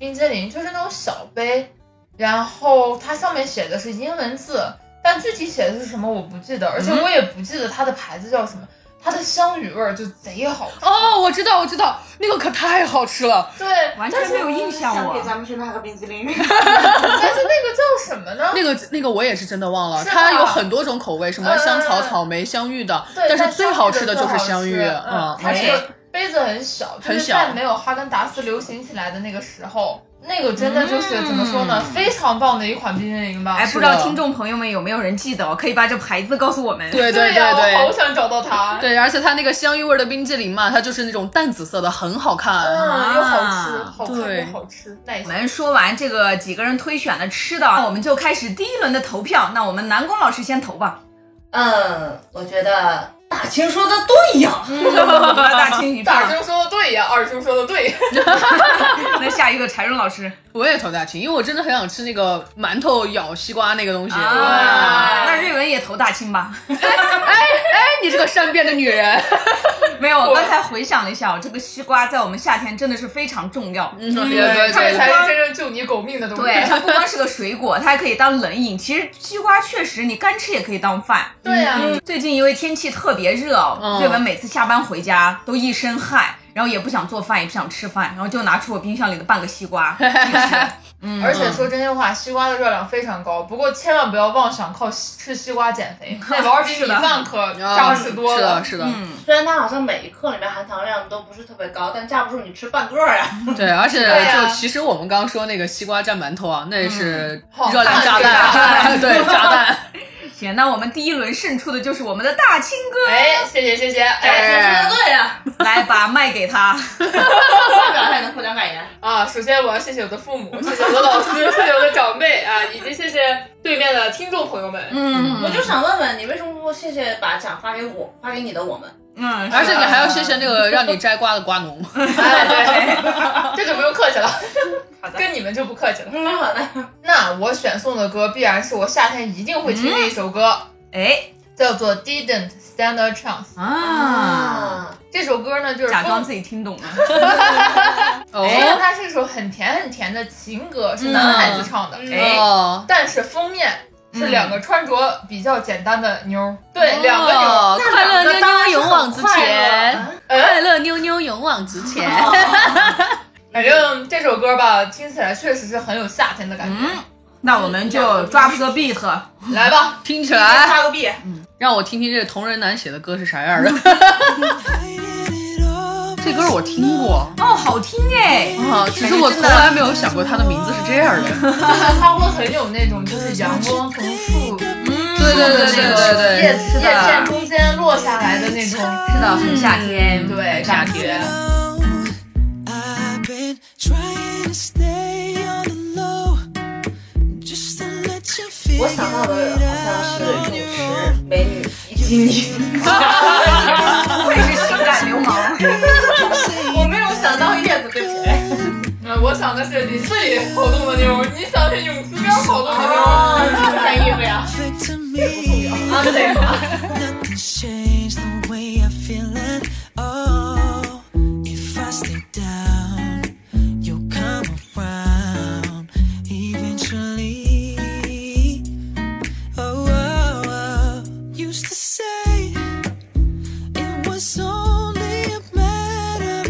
S3: 冰激凌，就是那种小杯，然后它上面写的是英文字，但具体写的是什么我不记得，而且我也不记得它的牌子叫什么。它的香芋味儿就贼好吃，
S4: 哦，我知道，我知道，那个可太好吃了。
S3: 对，
S2: 完全没有印象
S1: 想给
S2: 我。
S1: 咱们去拿个冰激 [laughs] 凌，
S3: [laughs] 但是那个叫什么呢？
S4: 那个那个我也是真的忘了，
S3: 是
S4: 它
S3: 吧
S4: 有很多种口味，什么香草、
S3: 嗯
S4: 草莓、香芋的，
S3: 对，
S4: 但是最好吃的就是香芋。
S3: 嗯，它那
S4: 哎
S3: 个杯子很小，就
S4: 很
S3: 是
S4: 小
S3: 在没有哈根达斯流行起来的那个时候，那个真的就是
S2: 嗯
S3: 怎么说呢，非常棒的一款冰激凌吧。
S2: 哎，
S4: 是
S2: 不知道
S4: 的
S2: 听众朋友们有没有人记得哦？可以把这牌子告诉我们。
S4: 对对
S3: 对
S4: 对
S3: 呀，
S4: 对
S3: 我好想找到它。
S4: 对，而且它那个香芋味儿的冰激凌嘛，它就是那种淡紫色的，很好看。
S3: 嗯，又好吃，
S2: 啊
S3: 好看
S4: 对
S3: 又好吃，耐
S2: 我
S3: 心。
S2: 们说完这个几个人推选的吃的，那我们就开始第一轮的投票。那我们南宫老师先投
S4: [laughs]
S2: 吧。
S1: 嗯，我觉得大清说的对呀，
S2: 大清一
S3: 大
S2: 票。
S3: 叔说的对呀，二叔说的对，
S2: [laughs] 那下一个柴荣老师
S4: 我也投大清，因为我真的很想吃那个馒头咬西瓜那个东西。
S2: 啊，那瑞文也投大清吧？ [laughs]
S4: 哎，你这个善变的女人，
S2: 没有，我刚才回想了一下，我这个西瓜在我们夏天真的是非常重要。
S4: 嗯，对对
S3: 他们
S4: 对
S3: 才
S4: 对，
S3: 是真正救你狗命的东西。
S2: 对，它不光是个水果，它还可以当冷饮。其实西瓜确实，你干吃也可以当饭。
S3: 对呀，
S2: 最近因为天气特别热哦，
S4: 嗯
S2: 瑞文每次下班回家都一身汗，然后也不想做饭，也不想吃饭，然后就拿出我冰箱里的半个西
S4: [laughs]
S2: 瓜。
S3: 而且说真心话，西瓜的热量非常高，不过千万不要妄想靠西吃西瓜减肥，那玩意儿比米饭可扎实多
S4: 啊是
S3: 了
S4: 的，。是的，
S1: 虽然它好像每一克里面含糖量都不是特别高，但架不住你吃半个儿啊。
S4: 对，而且
S3: 对啊
S4: 就其实我们刚说那个西瓜蘸馒头啊，那也是
S3: 好
S4: 热量炸弹，
S3: 看
S4: 对炸弹。
S2: 行，那我们第一轮胜出的就是我们的大清哥，
S3: 哎，谢谢谢谢，哎。
S1: 大清说的对呀，
S3: [laughs]
S2: 来把麦给
S4: [laughs]
S2: 他。
S1: 发表才能获奖感言。
S3: 啊，首先我要谢谢我的父母，谢谢我的老师，谢谢我的长辈啊，以及谢谢对面的听众朋友们。
S2: [laughs] 嗯
S1: 我就想问问你，为什么不谢谢把奖发给我，发给你的我们？
S2: 嗯，
S4: 而且你还要谢谢那个让你摘瓜的瓜农，
S3: 哎，对， [laughs] 这就不用客气了，
S2: 好的
S3: 跟你们就不客气了。
S1: 嗯，那好的，
S3: 那我选送的歌必然是我夏天一定会听的一首歌，
S2: 哎
S3: 叫做《Didn't Stand a Chance》。
S1: 嗯
S2: 啊，，
S3: 这首歌呢，就是
S2: 假装
S3: 风
S2: 自己听懂了。
S3: 虽然
S4: 哦
S3: 它是一首很甜很甜的情歌，是男孩子唱的，
S1: 嗯
S2: 哎
S4: 哦，
S3: 但是封面是两个穿着比较简单的妞儿，对，
S4: 哦
S3: 两个妞儿。
S4: 快乐妞妞勇往直前，
S3: 哎
S4: 快乐妞妞勇往直前，
S3: 反正这首歌吧，听起来确实是很有夏天的感觉。
S2: 嗯，那我们就 drop the beat。哦
S3: 来吧，
S4: 听起来
S1: 发个币。
S4: 让我听听这同人男写的歌是啥样的。这歌我听过
S2: 哦，好听哎，
S4: 啊，只是我从来没有想过它的名字是这样的。
S3: 就是它会很有那种就是阳光从树
S4: 对对对对对对，
S3: 叶
S2: 是的
S3: 叶片中间落下来的那种，
S2: 是的，很夏天。
S3: 对，感觉。
S5: I've been trying to stay on the low just to let you feel
S1: 我想到的好像是泳池美女比基尼，
S2: 不愧是性感流
S4: [laughs]
S2: 氓。
S1: [laughs] 我没有想到叶子，对不起。
S3: 嗯，我想的是林子里跑动的妞儿，你想的是泳池边跑动的妞儿。
S1: 穿衣服呀，
S5: perfect to me.
S1: 啊对，
S5: Nothing's changed the way I'm feeling. Oh, if I stay down, you'll come around eventually. Oh, oh, oh. used to say it was only a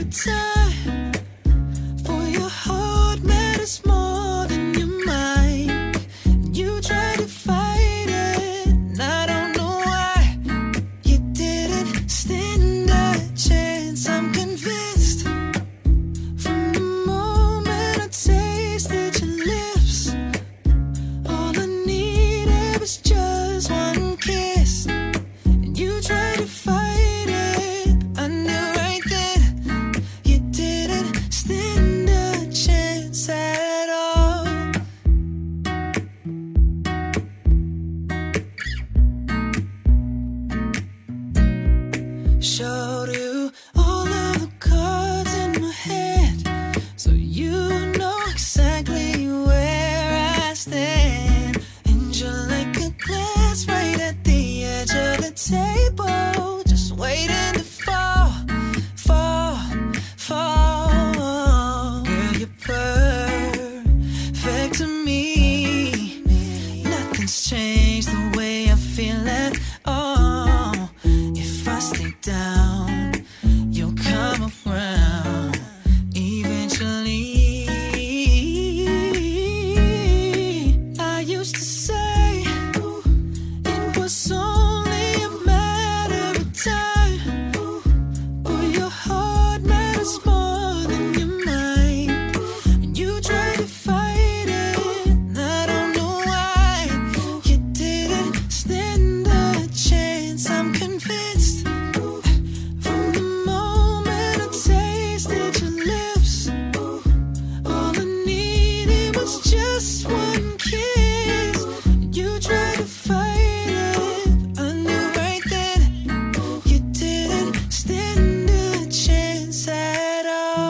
S5: Mm-hmm. Oh,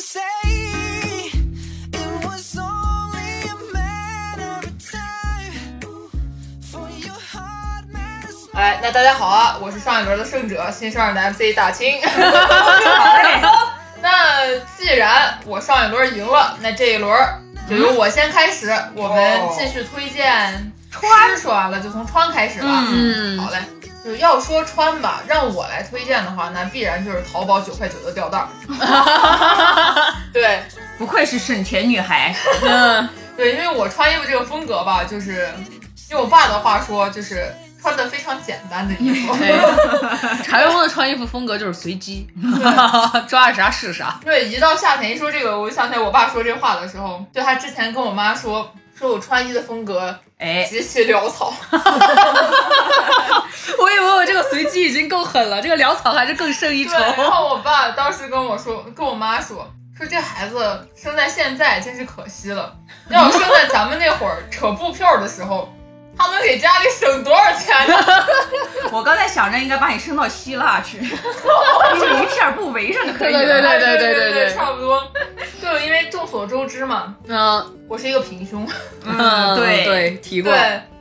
S5: say it was only a matter of time for your heart matters
S3: 哎，那大家好啊，我是上一轮的胜者，新生儿男 C 大 [laughs] 清。那既然我上一轮赢了，那这一轮就由我先开始，我们继续推荐川刷了，就从川开始吧。
S4: 嗯
S3: 好嘞。就是要说川吧，让我来推荐的话，那必然就是淘宝九块九的吊 [laughs] 带儿。对
S2: 不愧是省钱女孩，
S4: 嗯，
S3: 对，因为我穿衣服这个风格吧，就是用我爸的话说，就是穿的非常简单的衣服。
S4: [laughs] 对，柴荣的穿衣服风格就是随 [laughs] 机，抓着啥是啥。
S3: 对，一到夏天，一说这个，我就想起来我爸说这话的时候，就他之前跟我妈说，说我穿衣的风格
S2: 哎，
S3: 极其潦
S4: [laughs]
S3: 草。
S4: 我以为我这个随机已经够狠了，这个潦草还是更胜一筹
S3: 对，。然后我爸当时跟我说，跟我妈说，说这孩子生在现在真是可惜了，要生在咱们那会儿扯布票的时候，他能给家里省多少钱呢？
S2: [laughs] 我刚才想着应该把你升到希腊去，用一片布围上就可以了。
S4: [laughs] 对对
S3: 对
S4: 对
S3: 对
S4: 对对
S3: 差不多。 [laughs] 就因为众所周知嘛，
S4: 嗯
S3: 我是一个平胸，
S2: 嗯，对
S4: 对，提过
S3: 对。，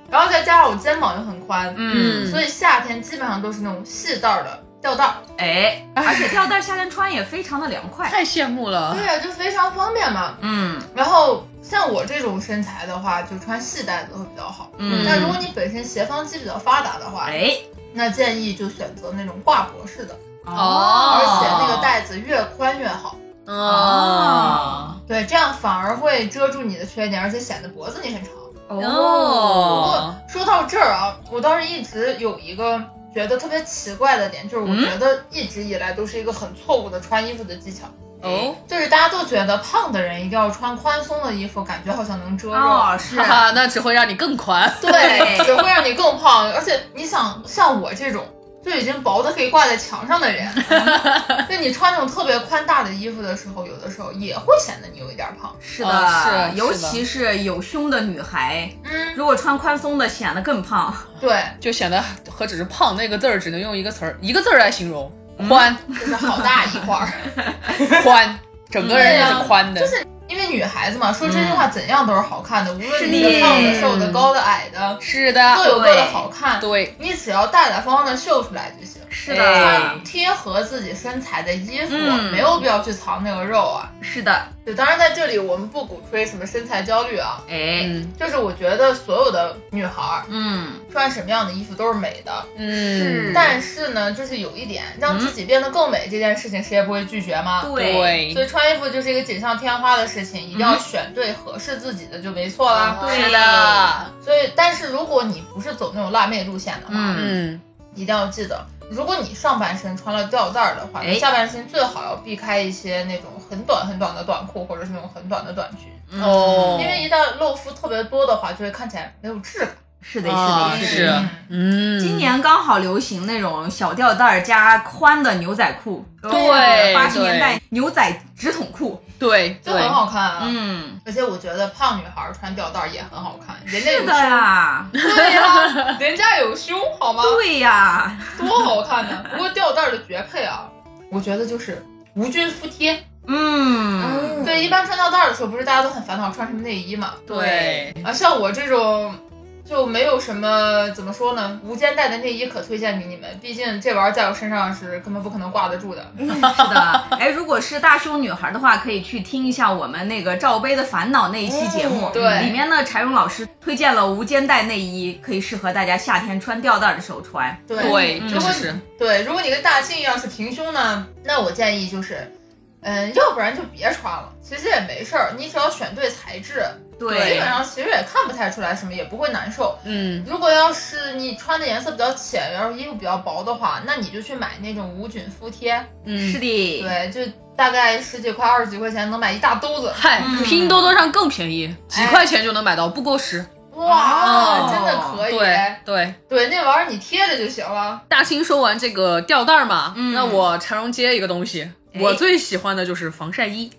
S3: 然后再加上我肩膀又很宽，
S2: 嗯，
S3: 所以夏天基本上都是那种细带儿的吊带儿。
S2: 哎，而且吊带夏天穿也非常的凉快。
S4: 太羡慕了
S3: 对。呀、啊就非常方便嘛。
S2: 嗯
S3: 然后像我这种身材的话，就穿细带子会比较好。
S2: 嗯
S3: 那如果你本身斜方肌比较发达的话，
S2: 哎，
S3: 那建议就选择那种挂脖式的，
S4: 哦
S3: 而且那个带子越宽越好。
S4: 嗯哦
S3: 对，这样反而会遮住你的缺点，而且显得脖子你很长。
S2: 哦
S3: 不过
S4: 哦，
S3: 说到这儿啊，我倒是一直有一个觉得特别奇怪的点，就是我
S2: 嗯
S3: 觉得一直以来都是一个很错误的穿衣服的技巧，
S4: 哦，
S3: 就是大家都觉得胖的人一定要穿宽松的衣服，感觉好像能遮住。 [laughs]
S2: 哦是
S4: 哈哈，那只会让你更宽。
S3: 对，只会让你更胖。而且你想，像我这种就已经薄的可以挂在墙
S2: [laughs]
S3: 上的人，就你穿那种特别宽大的衣服的时候，有的时候也会显得你有一点胖。
S2: 是
S4: 哦是的
S2: 的，尤其是有胸的女孩，
S3: 嗯，
S2: 如果穿宽松的显得更胖。
S3: 对，
S4: 就显得何止是胖那个字儿，只能用一个词儿一个字儿来形容，宽
S3: 就是好大一块儿。
S4: 宽， [laughs] 整个人就是宽的
S3: 就。是因为女孩子嘛，说真句话怎样都是好看的，无论
S2: 嗯
S3: 你是
S2: 的嗯
S3: 胖的、瘦的、高的、矮的，
S4: 是
S3: 各
S4: 的，
S3: 有各的好看。
S4: 对，
S3: 你只要大大方方的秀出来就行。
S2: 是
S4: 哎
S3: 贴合自己身材的衣服，啊
S2: 嗯
S3: 没有必要去藏那个肉啊。
S2: 是的，
S3: 对，当然在这里我们不鼓吹什么身材焦虑啊，
S2: 哎，
S4: 嗯
S3: 就是我觉得所有的女孩儿
S2: 嗯，
S3: 穿什么样的衣服都是美的，
S4: 嗯，
S3: 但是呢，就是有一点，让自己变得更美这件事情，谁也不会拒绝嘛。
S2: 对，
S4: 对
S3: 所，以穿衣服就是一个锦上添花的事情，
S2: 嗯
S3: 一定要选对合适自己的就没错啦。
S2: 哦
S1: 对
S4: 是的，
S3: 所以，但是如果你不是走那种辣妹路线的话，
S2: 嗯
S4: 嗯，
S3: 一定要记得，如果你上半身穿了吊带儿的话，
S2: 哎
S3: 你下半身最好要避开一些那种很短很短的短裤，或者是那种很短的短裙，
S2: 嗯
S4: 哦，
S3: 因为一旦露肤特别多的话，就会看起来没有质感。
S2: 是的，
S4: 啊
S2: 哦是的，
S4: 是
S2: 的。
S3: 嗯
S4: 嗯，
S2: 今年刚好流行那种小吊带儿加宽的牛仔裤，
S4: 对
S2: 八十年代牛仔直筒裤，
S4: 对
S3: 就
S4: 对
S3: 很好看啊。
S2: 嗯，
S3: 而且我觉得胖女孩穿吊带儿也很好看，人家有
S2: 是
S3: 胸，
S2: 的呀，
S3: 对呀、人家有胸好吗？
S2: 对呀，
S3: 多好看呢！不过吊带儿的绝配啊，我觉得就是无菌服帖。
S2: 嗯，
S1: 嗯，
S3: 对，一般穿吊带儿的时候，不是大家都很烦恼穿什么内衣嘛？
S4: 对，
S3: 啊，像我这种就没有什么怎么说呢，无肩带的内衣可推荐给你们，毕竟这玩意儿在我身上是根本不可能挂得住的。
S2: 是的， [laughs] 哎，如果是大胸女孩的话，可以去听一下我们那个罩杯的烦恼那一期节目，
S1: 嗯
S3: 对
S2: 里面呢柴荣老师推荐了无肩带内衣，可以适合大家夏天穿吊带儿的时候穿，
S3: 对
S4: 对，
S2: 嗯
S4: 真
S3: 如果
S4: 的是，
S3: 对，如果你跟大庆要是平胸呢，那我建议就是，嗯，要不然就别穿了，其实也没事儿，你只要选对材质，基
S2: 对
S3: 本，上其实也看不太出来什么，也不会难受。
S4: 嗯，
S3: 如果要是你穿的颜色比较浅，然后衣服比较薄的话，那你就去买那种无菌服贴，
S4: 嗯
S2: 是的，
S3: 对，就大概十几块、二十几块钱能买一大兜子。
S4: 嗨
S2: 嗯，
S4: 拼多多上更便宜，几
S3: 哎
S4: 块钱就能买到，不过十。
S3: 哇，
S2: 哦
S3: 真的可以。
S4: 对对，
S3: 对那玩意儿你贴着就行了。
S4: 大清说完这个吊带儿嘛，
S2: 嗯
S4: 那我柴荣接一个东西，
S2: 哎
S4: 我最喜欢的就是防晒衣。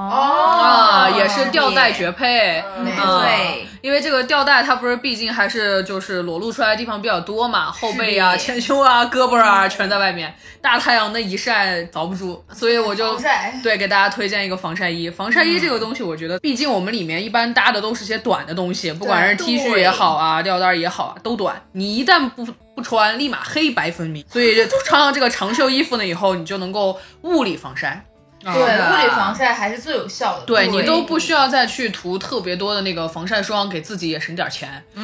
S4: 啊，
S3: 哦
S4: 也是吊带绝配。
S1: 嗯
S2: 没
S4: 啊
S2: 对，
S4: 因为这个吊带它不是毕竟还是就是裸露出来的地方比较多嘛，后背啊、
S2: 的
S4: 前胸啊、胳膊啊全在外面，大太阳那一晒遭不住，所以我就
S3: 防晒
S4: [laughs] 对给大家推荐一个防晒衣。防晒衣这个东西，我觉得毕竟我们里面一般搭的都是些短的东西，不管是 T 恤也好啊、吊带也好啊，都短，你一旦不。不穿立马黑白分明，所以就穿上这个长袖衣服呢以后，你就能够物理防晒。
S3: 对，
S2: 啊
S3: 物理防晒还是最有效的。
S4: 对
S2: 对
S4: 你都不需要再去涂特别多的那个防晒霜，给自己也省点钱。 [laughs]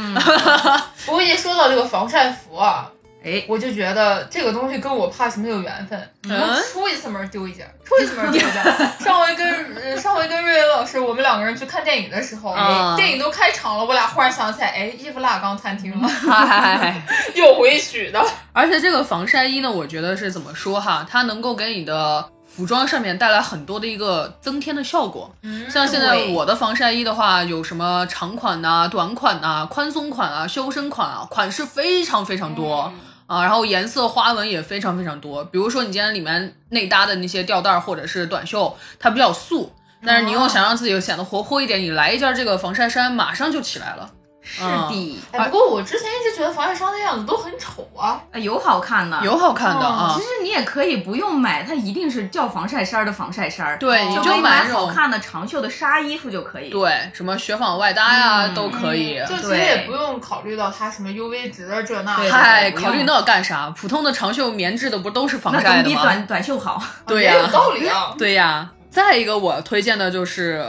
S3: 不过一说到这个防晒服啊，
S2: 哎，
S3: 我就觉得这个东西跟我怕什么有缘分，
S4: 嗯
S3: 我出一次门丢一件，出一次门丢一件。上回跟呃上回跟瑞文老师，我们两个人去看电影的时候，哎
S4: 啊
S3: 电影都开场了，我俩忽然想起来，哎，伊芙拉刚餐厅了，
S4: 嗨，
S3: 又回取的。
S4: 而且这个防晒衣呢，我觉得是怎么说哈，它能够给你的服装上面带来很多的一个增添的效果。像现在
S2: 嗯对
S4: 我的防晒衣的话，有什么长款呐、短款呐、宽松款啊、修身款啊，款式非常非常多。
S2: 嗯
S4: 啊，然后颜色花纹也非常非常多，比如说你今天里面内搭的那些吊带儿或者是短袖，它比较素，但是你又想让自己显得活泼一点，你来一件这个防晒衫，马上就起来了。
S2: 是的，
S3: 哎，不过我之前一直觉得防晒霜的样子都很丑啊，
S2: 啊有好看的，
S4: 有好看的
S3: 哦
S4: 啊
S2: 其，实你也可以不用买，它一定是叫防晒衫儿的防晒衫儿，
S4: 对你
S2: 就
S4: 就
S2: 可以
S4: 买
S2: 买
S4: 那
S2: 好
S4: 种
S2: 看的长袖的纱衣服就可以。，
S4: 对什么雪纺外搭呀、都可以。
S3: 就其实
S2: 对
S3: 也不用考虑到它什么 UV 值啊这那
S2: 对
S3: 的。
S4: 嗨，
S2: 不
S4: 考虑
S2: 用
S4: 那干啥？普通的长袖棉质的不都是防
S2: 那
S4: 晒
S2: 总
S4: 的
S2: 比
S4: 吗？
S2: 短短袖好。
S4: 对
S3: 也
S4: 呀、
S3: 有道理啊。
S4: 对呀，再一个我推荐的就是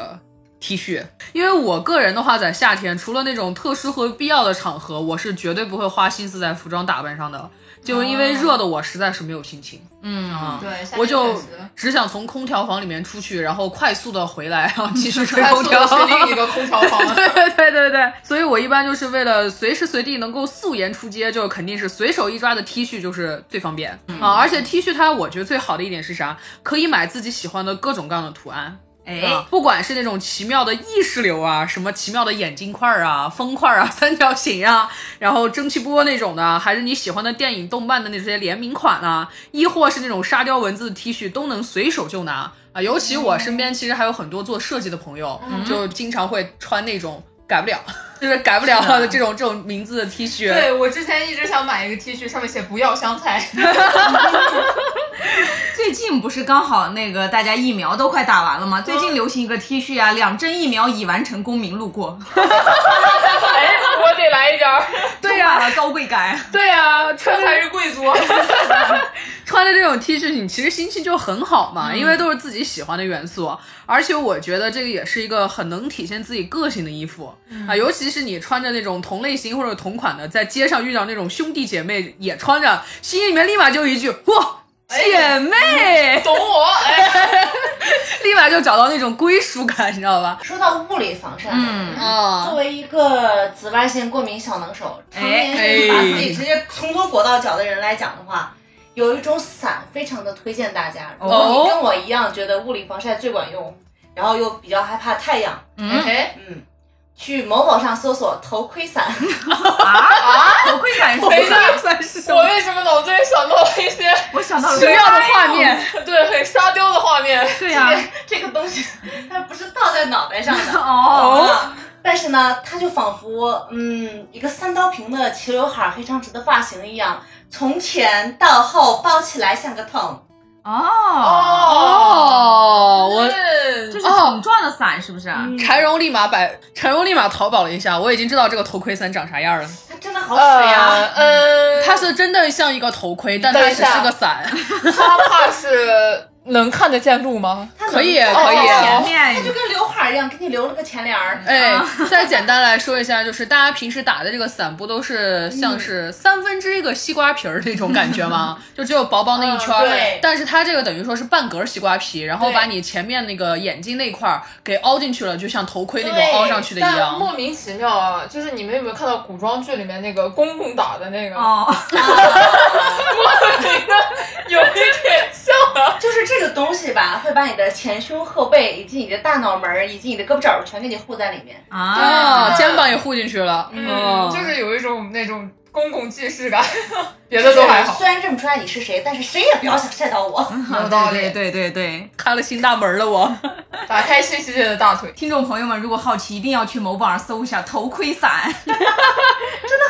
S4: T 恤，因为我个人的话，在夏天除了那种特殊和必要的场合，我是绝对不会花心思在服装打扮上的。就因为热的，我实在是没有心情，
S2: 嗯，
S3: 对，夏天
S4: 我就
S3: 确实
S4: 只想从空调房里面出去，然后快速的回来，然后继续吹
S3: 快
S4: 空
S3: 速的。
S4: 调 [laughs]
S3: 去另一个空调房。
S4: 对对对对，所以我一般就是为了随时随地能够素颜出街，就肯定是随手一抓的 T 恤就是最方便、啊。而且 T 恤它我觉得最好的一点是啥？可以买自己喜欢的各种各样的图案。
S2: 哎
S4: 啊，，不管是那种奇妙的意识流啊，什么奇妙的眼睛块儿啊、风块儿啊、 [laughs] 三角形啊，然后蒸汽波那种的，还是你喜欢的电影、动漫的那些联名款啊，亦或是那种沙雕文字 T 恤，都能随手就拿啊。尤其我身边其实还有很多做设计的朋友，就经常会穿那种改不了， [laughs] 就是啊改不了的这种这种名字的 T 恤。
S3: 对我之前一直想买一个 T 恤，上面写不要香 [laughs] 菜。
S2: 最近不是刚好那个大家疫苗都快打完
S4: 嗯
S2: 了吗？最近流行一个 T 恤啊，两针疫苗已完成，公民路
S4: [laughs]
S2: 过，
S3: 哎，我得来一件儿。
S2: 对
S4: 啊
S2: 呀、了高贵
S4: [laughs]
S2: 感。
S4: 对啊，穿
S3: 这才是贵族。
S4: 穿着这种 T 恤，你其实心情就很好嘛，因为都是自己喜欢的元素，而且我觉得这个也是一个很能体现自己个性的衣服、啊，尤其是你穿着那种同类型或者同款的，在街上遇到那种兄弟姐妹也穿着，心里面立马就一句哇。姐妹，
S3: [laughs] 懂我。哎，
S4: 立马就找到那种归属感，你知道吧？
S1: 说到物理防晒，哦
S2: 嗯
S4: 啊、
S1: 作为一个紫外线过敏小能手，常年是把自己直接从头裹到脚的人来讲的话，有一种伞非常的推荐大家。如果你跟我一样觉得物理防晒最管用，然后又比较害怕太阳，
S3: 哎，
S1: 嗯，去某宝上搜索头盔伞， [laughs]
S2: 啊啊！高贵感是什
S3: 没
S2: 么？
S3: 事。
S4: 算是什
S3: 我
S4: 么
S3: 为什么脑子里想到了一些
S2: 我想到了啊
S4: 奇妙的画面？
S3: 对很沙雕的画面？
S2: 对啊呀、
S1: 这个东西它不是套在脑袋上的。
S2: 哦，
S1: 啊但是呢，它就仿佛嗯一个三刀平的齐刘海儿、黑长直的发型一样，从前到后包起来像个桶。
S2: 哦，
S4: 哦，我
S2: 这
S3: 嗯
S2: 是
S4: 哦
S2: 桶状的伞是不啊是？
S4: 柴荣立马百柴荣立马淘宝了一下，我已经知道这个头盔伞长啥样了。
S1: 它真的好水啊呀、
S3: 呃嗯， [laughs]
S4: 它是真的像一个头盔，但它
S3: 等一
S4: 只
S3: 下
S4: 是个伞。
S3: 他怕是能看得见路吗？
S1: 它
S4: 可以
S1: 能
S4: 可以
S2: 前
S1: 哦它就
S2: 面
S1: 跟刘海儿一样，给你留了个前帘儿。
S4: 哎，再简单来说一下，就是大家平时打的这个伞，不都是像是三分之一个西瓜皮儿那种感觉吗？就只有薄薄那一圈儿
S1: 嗯对。
S4: 但是它这个等于说是半格西瓜皮，然后
S1: 对
S4: 把你前面那个眼睛那块儿给凹进去了，就像头盔那种
S1: 对
S4: 凹上 [laughs] 去的一
S3: 但
S4: 样。
S3: 莫名其妙啊，就是你们有没有看到古装剧里面那个公公打的那个？ [laughs]
S2: 哦，
S3: 莫名的有一点像啊。
S1: [laughs] 就是这个东西吧，会把你的前胸、后背以及你的大脑门儿以及你的胳膊肘儿全给你护在里面。
S2: 啊
S4: 啊，，肩膀也护进去了。
S3: 嗯，
S4: 嗯，
S3: 就是有一种那种公公既视感， [laughs] 别的都还好。嗯
S1: 虽然认不出来 [laughs] 你是谁，但是谁也不要想晒到我。
S3: 有道理
S2: 对对对对，
S4: 开了新大门了我。
S3: 打开新世界的大腿，
S2: 听众朋友们，如果好奇，一定要去某宝上搜一下头盔
S4: [laughs]
S2: 伞。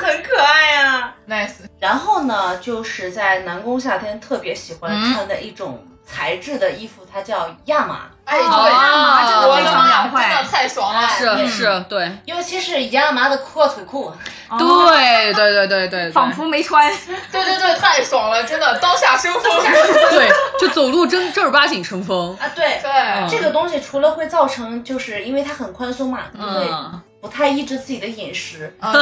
S1: 很可爱啊呀、
S3: nice。
S1: 然后呢，就是在南宫夏天特别喜欢穿的一种材质的衣服，它叫亚麻。
S3: 哎，对，
S4: 哦亚麻真的
S3: 我
S4: 非
S3: 的
S4: 常
S3: 妈
S2: 凉快
S3: 真的太爽了。
S1: 是
S4: 是是，对
S1: 尤其是亚麻的阔腿裤，
S2: 哦，
S4: 对对对对对，
S2: 仿佛没穿。 [laughs]
S3: 对对对，太爽了，真的当下生风。
S4: [laughs] 对，就走路正正儿八经成风。
S1: 啊，对，
S3: [laughs] 对，
S1: 这个东西除了会造成，就是因为它很宽松嘛，你会
S4: 嗯，
S1: 不太抑制自己的饮食。 [laughs]
S3: 嗯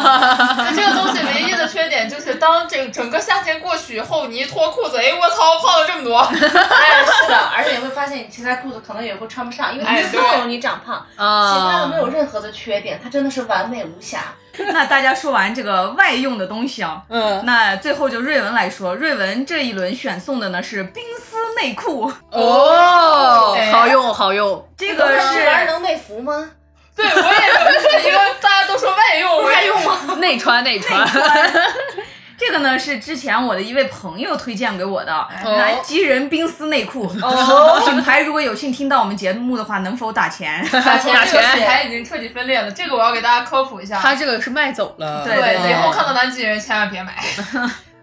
S3: 这个东西唯一的缺点就是，当这整个夏天过去以后，你一脱裤子，哎，我操，胖了这么多。
S1: 哎，是的，而且你会发现你其他裤子可能也会穿不上，因为它
S3: 哎
S1: 是
S3: 对
S1: 纵容你长胖。其他的
S4: 啊
S1: 没，有任何的缺点，它真的是完美无瑕。
S2: 那大家说完这个外用的东西啊、
S4: 嗯，
S2: 那最后就瑞文来说，瑞文这一轮选送的呢是冰丝内裤，
S4: 哦
S3: 哎，
S4: 好用好用，
S2: 这
S1: 这
S2: 个
S1: 玩意儿
S2: 是
S1: 能内服吗？
S3: [laughs] 对，我也是，因为大家都说外用，外用吗？
S4: 内穿内穿，
S2: 这个呢是之前我的一位朋友推荐给我的
S4: 哦
S2: 南极人冰丝内裤。 [laughs] 品牌如果有幸听到我们节目的话，能否打
S4: [laughs]
S2: 钱？
S1: 打钱
S4: 打
S3: 这个品
S4: 钱，
S3: 牌已经彻底分裂了，这个我要给大家科普一下。
S4: 他这个是卖走了。
S2: 对对
S3: 对，
S2: 对
S3: 以后看到南极人千万别买。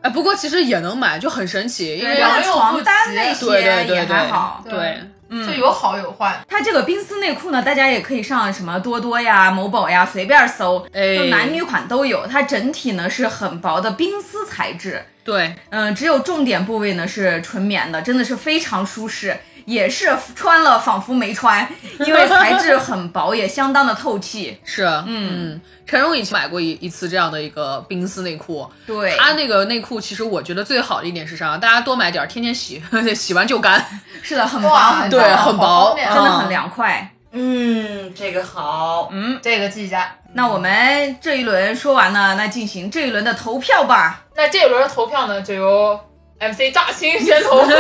S4: 哎，不过其实也能买，就很神奇，因为
S3: 对
S2: 然后床单那
S4: 对对
S2: 些也
S4: 对
S2: 还好。
S4: 对嗯对，
S3: 就有好有坏。
S2: 它这个冰丝内裤呢，大家也可以上什么多多呀、某宝呀随便搜，
S4: 哎
S2: 就男女款都有。它整体呢是很薄的冰丝材质，
S4: 对，
S2: 嗯，只有重点部位呢是纯棉的，真的是非常舒适，也是穿了仿佛没穿，因为材质很薄，也相当的透气。
S4: 是，嗯陈荣以前买过一一次这样的一个冰丝内裤，
S2: 对，
S4: 他那个内裤其实我觉得最好的一点是啥？大家多买点儿，天天洗， [laughs] 洗完就干。
S2: 是的，很
S3: 哇
S2: 薄，，
S4: 对
S3: 好
S4: 很薄
S3: 好方便
S2: 真
S3: 啊
S2: 的很凉快。
S1: [laughs] 嗯，这个好。
S4: 嗯
S3: 这个记一下。
S2: 那我们这一轮说完了，那进行这一轮的投票吧。
S3: 那这一轮投票呢，就由 MC 大清先投。 [laughs]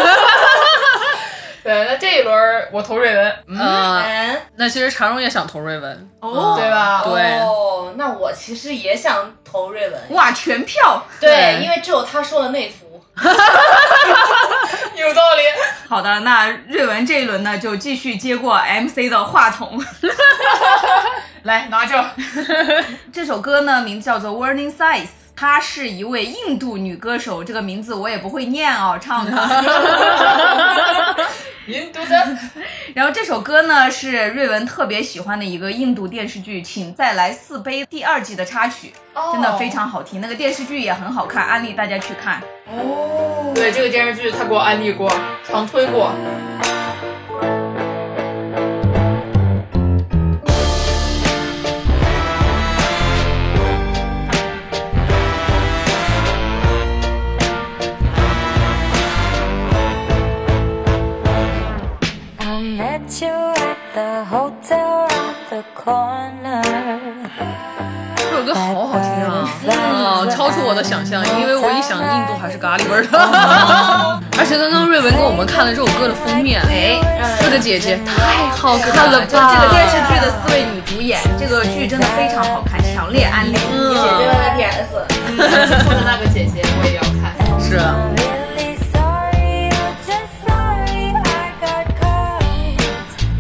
S3: 对，那这一轮我投瑞文，
S4: 嗯，
S1: 嗯，
S4: 那其实常荣也想投瑞文，
S2: 哦
S4: 嗯
S3: 对吧？ [laughs]
S4: 对，
S1: 哦，那我其实也想投瑞文，
S2: 哇，全票！
S1: 对，因为只有他说了内服。
S3: 有道理。
S2: 好的，那瑞文这一轮呢，就继续接过 MC 的话筒。 [laughs]
S3: 来拿着，
S2: 这首歌呢，名字叫做《Warning Signs》，她是一位印度女歌手，这个名字我也不会念哦，唱的。
S3: 您读的。
S2: [laughs] 然后这首歌呢，是瑞文特别喜欢的一个印度电视剧《请再来四杯》第二季的插曲，
S3: 哦
S2: 真的非常好听。那个电视剧也很好看，安利大家去看。
S1: 哦，
S3: 对这个电视剧，他给我安利过，强推过。
S6: I met you at the hotel at the corner.
S4: 这首歌好好听啊，嗯，超出我的想象，因为我一想印度还是咖喱味儿的， [laughs] 而且刚刚瑞文给我们看了这首歌的封面，哎，四个姐姐太好看了吧，
S2: 就这个电视剧的四位女主演，这个剧真的非常好看，强烈安利。
S1: 姐
S4: 嗯
S1: 姐问了 PS。
S3: 说的那个姐姐，我也要看。
S4: 是
S6: I'm really sorry, I'm just sorry I got caught.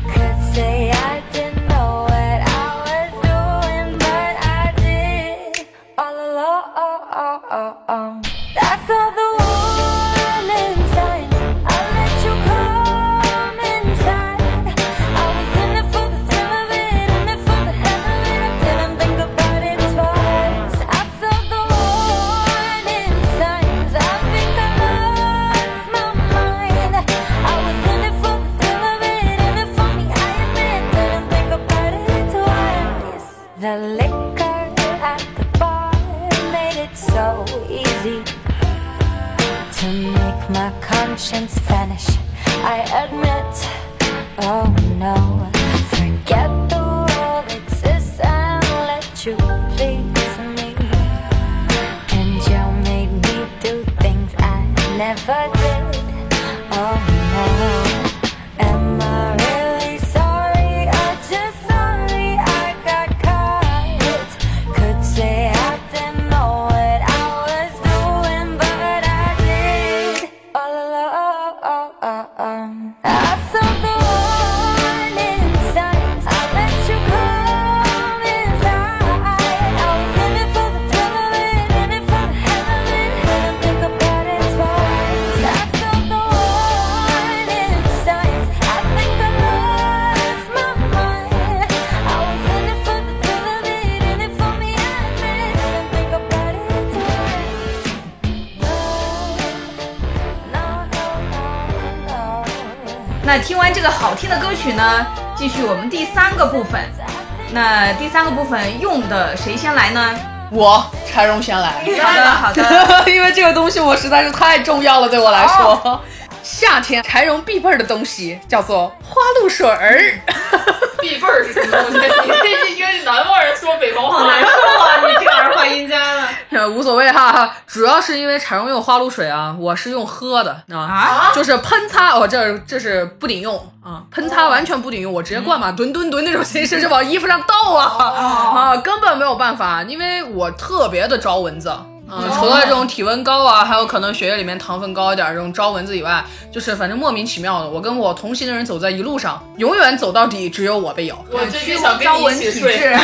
S6: Could say I didn't know what I was doing, but I did all along. I saw the warning signs. I let you come inside. I was in it for the thrill of it, in it for the hell of it. I didn't think about it twice. I saw the warning signs. I think I lost my mind. I was in it for the thrill of it, in it for me. I admit, didn't think about it twice. The liquor at the bar made it so easy to make my conscience vanish. I admit, oh no, forget the world exists and let you please me. And you made me do things I never did. Oh no, am I really sorry? I'm just sorry I got caught. Could say I didn't know what I was doing, but I did all along. I saw the warning
S2: 那听完这个好听的歌曲呢，继续我们第三个部分。那第三个部分用的谁先来呢？
S4: 我柴荣先来，
S2: 好的，好
S3: [laughs]
S2: 的。
S4: [laughs]
S2: 哦
S4: 因为这个东西我实在是太重要了，对我来说。夏天柴荣必备的东西叫做花露水儿，
S3: 必辈儿是什么东西？你这是一个南方人说北方
S2: 哦
S3: 话，
S4: [laughs] 呃无所谓哈，主要是因为柴荣用花露水啊，我是用喝的啊，
S2: 啊
S4: 就是喷擦，我、这这是不顶用啊，喷擦完全不顶用，我直接灌嘛，吨吨吨那种形式就往衣服上倒啊，啊，根本没有办法，因为我特别的招蚊子。啊，除了这种体温高啊，还有可能血液里面糖分高一点儿这种招蚊子以外，就是反正莫名其妙的，我跟我同行的人走在一路上，永远走到底，只有我被咬。
S3: [laughs] 我最近想跟
S2: 招
S3: 你一
S2: 蚊
S3: 起
S2: 体
S3: 睡。
S2: 质，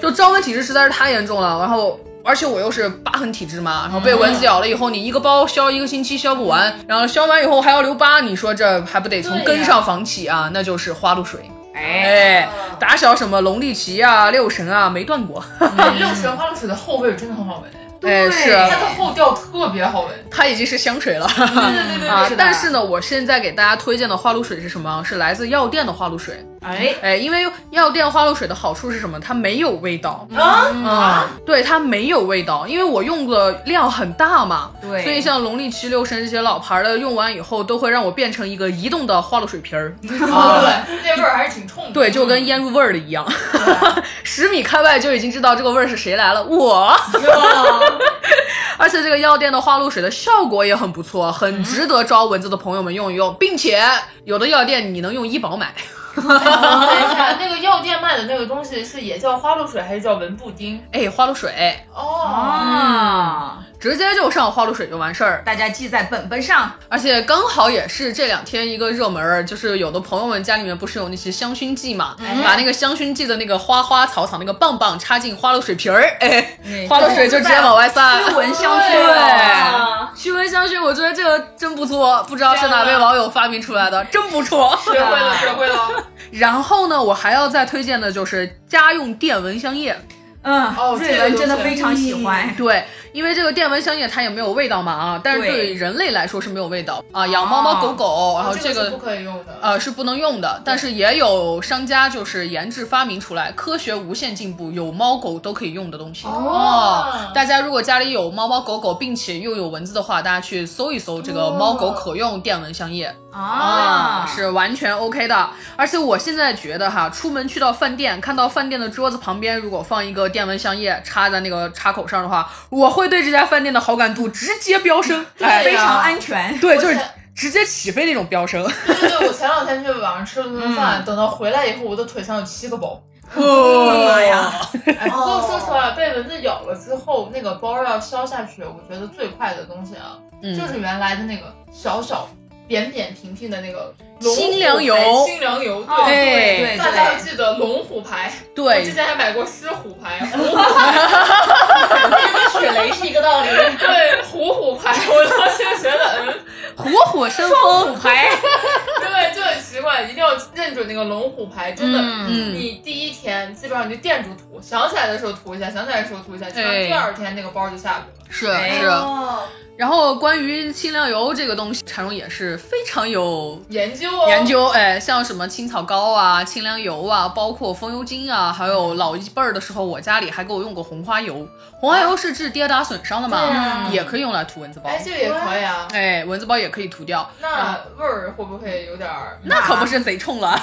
S4: 就招蚊体质实 [laughs] 在是太严重了，然后。而且我又是疤痕体质嘛，然后被蚊子咬了以后，你一个包消一个星期消不完，然后消完以后还要留疤，你说这还不得从根上防起啊？那就是花露水。哎，
S1: 嗯
S4: 打小什么龙力奇啊、六神啊没断过。
S3: 六神花露水的后味儿真的很好闻，
S4: 哎，是
S3: 它嗯的后调特别好闻。
S4: 它已经是香水了。
S3: 对对对对
S4: 啊
S3: 对，，
S4: 但是呢，我现在给大家推荐的花露水是什么？是来自药店的花露水。
S3: 哎，
S4: 哎，因为药店花露水的好处是什么？它没有味道。
S1: 啊，
S4: 啊，对，它没有味道，因为我用的量很大嘛，
S2: 对
S4: 所以像龙力奇、六神这些老牌的，用完以后都会让我变成一个移动的花露水瓶儿，
S3: 对，那味儿还是挺冲的。
S4: 对，就跟腌入味儿的一样， [laughs] 十米开外就已经知道这个味儿是谁来了，我。 [laughs] 而且这个药店的花露水的效果也很不错，很值得招蚊子的朋友们用一用，并且有的药店你能用医保买，
S3: 等一下，那个药店卖的那个东西是也叫花露水还是叫文布丁？
S4: 哎，花露水
S3: 哦，
S2: 啊，
S4: 直接就上花露水就完事儿。
S2: 大家记在本本上。
S4: 而且刚好也是这两天一个热门儿，就是有的朋友们家里面不是有那些香薰剂嘛，
S2: 嗯
S4: 把那个香薰剂的那个花花草草那个棒棒插进花露水瓶儿，哎，花露水就直接往外撒。
S2: 驱蚊香
S4: 对
S2: 薰，
S4: 驱蚊香薰，我觉得这个真不错，不知道是哪位
S3: 天啊
S4: 网友发明出来的，真不错。
S3: 学会 [laughs] 了，学会了。
S4: 然后呢，我还要再推荐的就是家用电蚊香液。
S2: 嗯，
S3: 哦
S2: 瑞
S3: 这个
S2: 文
S3: 有
S2: 真的
S3: 潜
S2: 非常喜
S3: 力
S2: 欢。
S4: 对，因为这个电蚊香液它也没有味道嘛啊，但是
S2: 对哦
S4: 对人类来说是没有味道啊，养猫猫狗狗，然后
S3: 啊这个
S4: 这
S3: 是啊
S4: 个
S3: 不可以用的。
S4: 呃，是不能用的，但是也有商家就是研制发明出来，科学无限进步，有猫狗都可以用的东西。
S3: 哦
S4: 大家如果家里有猫猫狗狗，并且又有蚊子的话，大家去搜一搜这
S3: 哦
S4: 个猫狗可用电蚊香液、啊，是完全 OK 的。而且我现在觉得哈，出门去到饭店，看到饭店的桌子旁边如果放一个电蚊香液插在那个插口上的话，我会对这家饭店的好感度直接飙升，
S3: 啊
S4: 哎，
S2: 非常安全。
S4: 对，就
S3: 我
S4: 是
S3: 现在
S4: 直接起飞那种飙升。
S3: 对对对，我前两天去晚上吃了顿饭，等到回来以后，我的腿上有七个包。
S1: 啊哦
S4: 妈呀！
S3: 哎，不过说实话，被蚊子咬了之后，那个包要消下去，我觉得最快的东西啊，就是原来的那个小小扁扁平平的那个龙虎牌
S4: 清凉油
S3: 清凉油，
S2: 哦
S3: 对。
S4: 哎
S2: 对
S3: 大家要
S2: 对，
S3: 记得龙虎牌，我之
S4: 对，
S3: 前还买过狮虎 [laughs] 牌、虎虎牌，
S1: 跟水雷是一个道理。
S3: 对，虎虎牌，我当时觉得，嗯，
S4: 虎虎生风，还
S3: 对，就很奇怪，一定要认准那个龙虎牌，真的，
S4: 嗯
S3: 你第一天基本上你就店主涂，想起来的时候涂一下，想起来的时候涂一下，基本上
S4: 哎
S3: 第二天那个包就下去了。
S4: [laughs] 是
S2: 哎
S4: 是。
S1: 哦，
S4: 然后关于清凉油这个东西，柴荣也是非常有。
S3: 研究哦，
S4: 研究哎，像什么青草膏啊、清凉油啊，包括风油精啊，还有老一辈儿的时候，我家里还给我用过红花油。红花油是治跌打损伤的嘛，
S1: 对啊
S4: 也可以用来涂蚊子包。
S3: 哎，这个也可以啊。
S4: 哎，蚊子包也可以涂掉。
S3: 那味儿会不会有点儿？
S4: 那可不是贼冲了。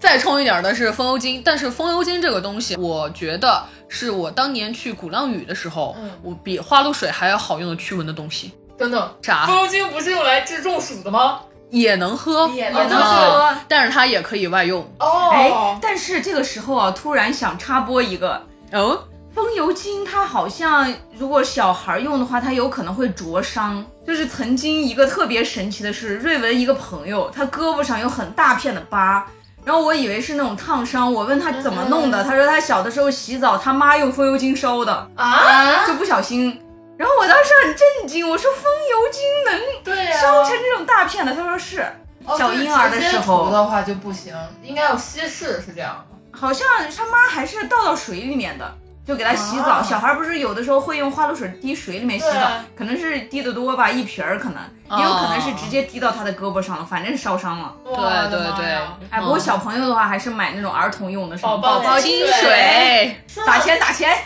S4: 再冲一点的是风油精，但是风油精这个东西，我觉得是我当年去鼓浪屿的时候，
S3: 嗯
S4: 我比花露水还要好用的驱蚊的东西，
S3: 等等，风
S4: 啥
S3: 油精不是用来治中暑的吗？
S4: 也能喝，
S1: 也
S3: 能喝
S4: 啊但是它也可以外用。
S2: 哎
S3: 哦，，
S2: 但是这个时候啊，突然想插播一个。
S4: 哦，
S2: 风油精它好像，如果小孩用的话，它有可能会灼伤。就是曾经一个特别神奇的是，瑞文一个朋友，他胳膊上有很大片的疤，然后我以为是那种烫伤，我问他怎么弄的，他说他小的时候洗澡，他妈用风油精烧的，
S3: 啊，
S2: 就不小心。然后我当时很震惊，我说风油精能
S3: 对呀、
S2: 烧成这种大片的？他说是，
S3: 哦
S2: 小婴儿的时候
S3: 就是直接涂的话就不行，应该要稀释，是这样吗？
S2: 好像他妈还是倒到水里面的。就给它洗澡。小孩儿不是有的时候会用花露水滴水里面洗
S3: 啊对
S2: 澡
S3: 啊，
S2: 可能是滴的多吧，一瓶儿可能，也有可能是直接滴到他的胳膊上了，反正烧伤了。
S3: 对
S4: 对对对，嗯
S2: 哎，不过小朋友的话，还是买那种儿童用的什么
S3: 啊宝
S2: 宝
S3: 宝
S2: 宝
S3: 精
S2: 精
S4: 水
S2: 水，
S1: 说
S2: 打
S1: 到
S2: 钱打钱。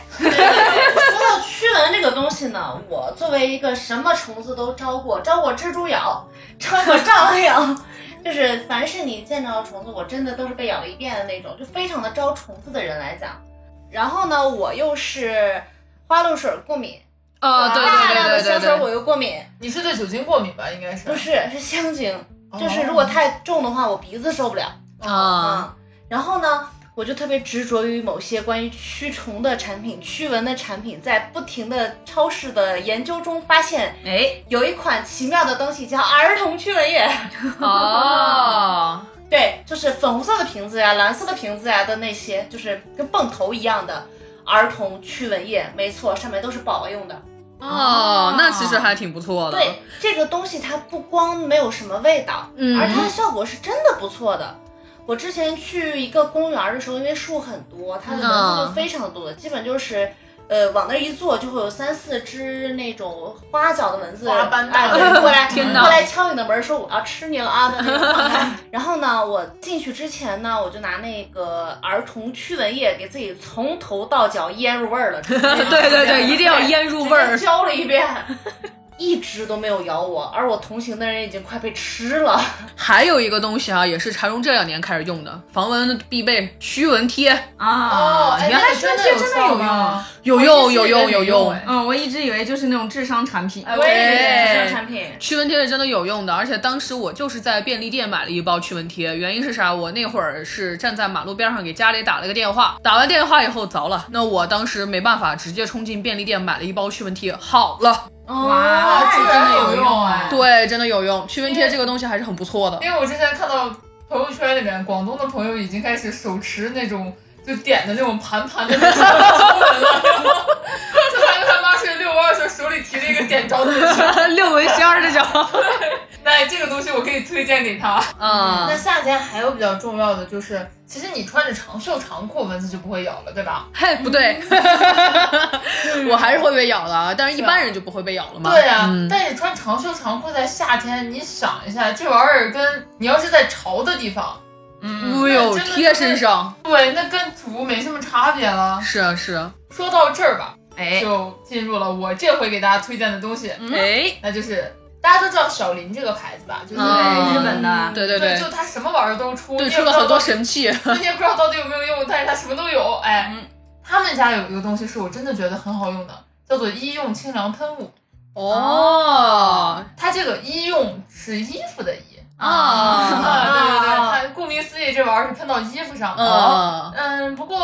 S1: 说到驱蚊这个东西呢，我作为一个什么虫子都招过，招过蜘蛛咬，招过蟑螂咬， [laughs] 就是凡是你见着虫子，我真的都是被咬了一遍的那种，就非常的招虫子的人来讲。然后呢，我又是花露水过敏，
S4: 哦，对
S1: 大量的
S4: 对
S1: 香
S4: 对对
S1: 水
S4: 对
S1: 我
S4: 对，
S1: 又过敏，
S3: 你是对酒精过敏吧？应该是
S1: 不是是香精，
S3: 哦
S1: 就是如果太重的话，我鼻子受不了。
S4: 啊，
S1: 嗯，然后呢，我就特别执着于某些关于驱虫的产品、驱蚊的产品，在不停的超市的研究中发现，
S2: 哎，
S1: 有一款奇妙的东西叫儿童驱蚊液。 [laughs]
S4: 哦，
S1: 对，就是粉红色的瓶子呀、蓝色的瓶子呀的那些，就是跟泵头一样的儿童驱蚊液。没错，上面都是宝宝用的。
S4: 哦，那其实还挺不错的。
S1: 对，这个东西它不光没有什么味道，
S4: 嗯
S1: 而它的效果是真的不错的。我之前去一个公园的时候，因为树很多，它的蚊子就非常多，
S4: 嗯
S1: 基本就是。呃，往那一坐就会有三四只那种花脚的蚊子，
S3: 花斑大
S1: 哎对过来
S4: [laughs] 天哪
S1: 过来敲你的门，说我要吃你了啊的那种状
S4: [laughs]
S1: 态。然后呢，我进去之前呢，我就拿那个儿童驱蚊液给自己从头到脚腌入味儿了，
S4: [laughs]
S1: 直接
S4: [laughs] 对对对，一定要腌入味
S1: 直
S4: 儿
S1: 接。浇了一遍， [laughs] 一直都没有咬我，而我同行的人已经快被吃了。
S4: 还有一个东西啊，也是柴荣这两年开始用的，防蚊的必备驱蚊贴，
S2: [laughs]
S3: 哦，
S2: 啊，
S3: 哎，
S2: 原来
S3: 那
S2: 说
S3: 真的
S2: 真的有
S3: 用啊
S2: 用。，
S4: 有用有用
S3: 用
S4: 有用。
S2: 嗯，我一直以为就是那种智商产品。
S1: 我也
S4: 以为是
S1: 是
S4: 这
S1: 产品，
S4: 驱蚊贴是真的有用的，而且当时我就是在便利店买了一包驱蚊贴，原因是啥？我那会儿是站在马路边上给家里打了个电话，打完电话以后着了，那我当时没办法，直接冲进便利店买了一包驱蚊贴，好了，
S1: 哦哇
S3: 居然有用哎！
S4: 对，真的有用，驱蚊贴这个东西还是很不
S3: [laughs]
S4: 错的。
S3: 因为我之前看到朋友圈里面，广东的朋友已经开始手持那种就点的那种盘盘的那种 [laughs] 中文了，然后就发现他妈是六二时手里提了一个点着的那种。
S4: 六蚊香儿这 [laughs] 叫
S3: 那这个东西我可以推荐给他。
S4: 啊
S3: 那，夏天还有比较重要的就是，其实你穿着长袖长裤，蚊子就不会咬了，对吧？
S4: 嘿， [laughs] 不对， [laughs] 我还是会被咬的，啊，但是一般人就不会被咬了嘛。
S3: 对呀、
S4: 嗯
S3: 但是穿长袖长裤在夏天，你想一下，这玩意儿跟你要是在潮的地方，
S4: 哎呦，
S3: 真的
S4: 贴身上
S3: 对，那跟土没什么差别了。
S4: 是啊是啊，
S3: 说到这儿吧，
S2: 哎，
S3: 就进入了我这回给大家推荐的东西，
S4: 哎，
S3: 那就是大家都知道小林这个牌子吧，就是、
S4: 嗯
S2: 日本的
S4: 对对
S3: 就它什么玩意儿都出，
S4: 对，
S3: 你也
S4: 出
S3: 不
S4: 了
S3: 知道
S4: 很多
S3: 到底
S4: 神器，
S3: 你也不知道到底有没有用，但是它什么都有，哎，
S2: 嗯
S3: 他们家有一个东西是我真的觉得很好用的，叫做医用清凉喷雾，
S4: 哦
S3: 它这个医用是衣服的医，
S4: 啊
S3: 啊，对对
S2: 啊
S3: 对，它顾名思义，这玩意儿是喷到衣服上的。
S4: 啊
S3: 嗯，不过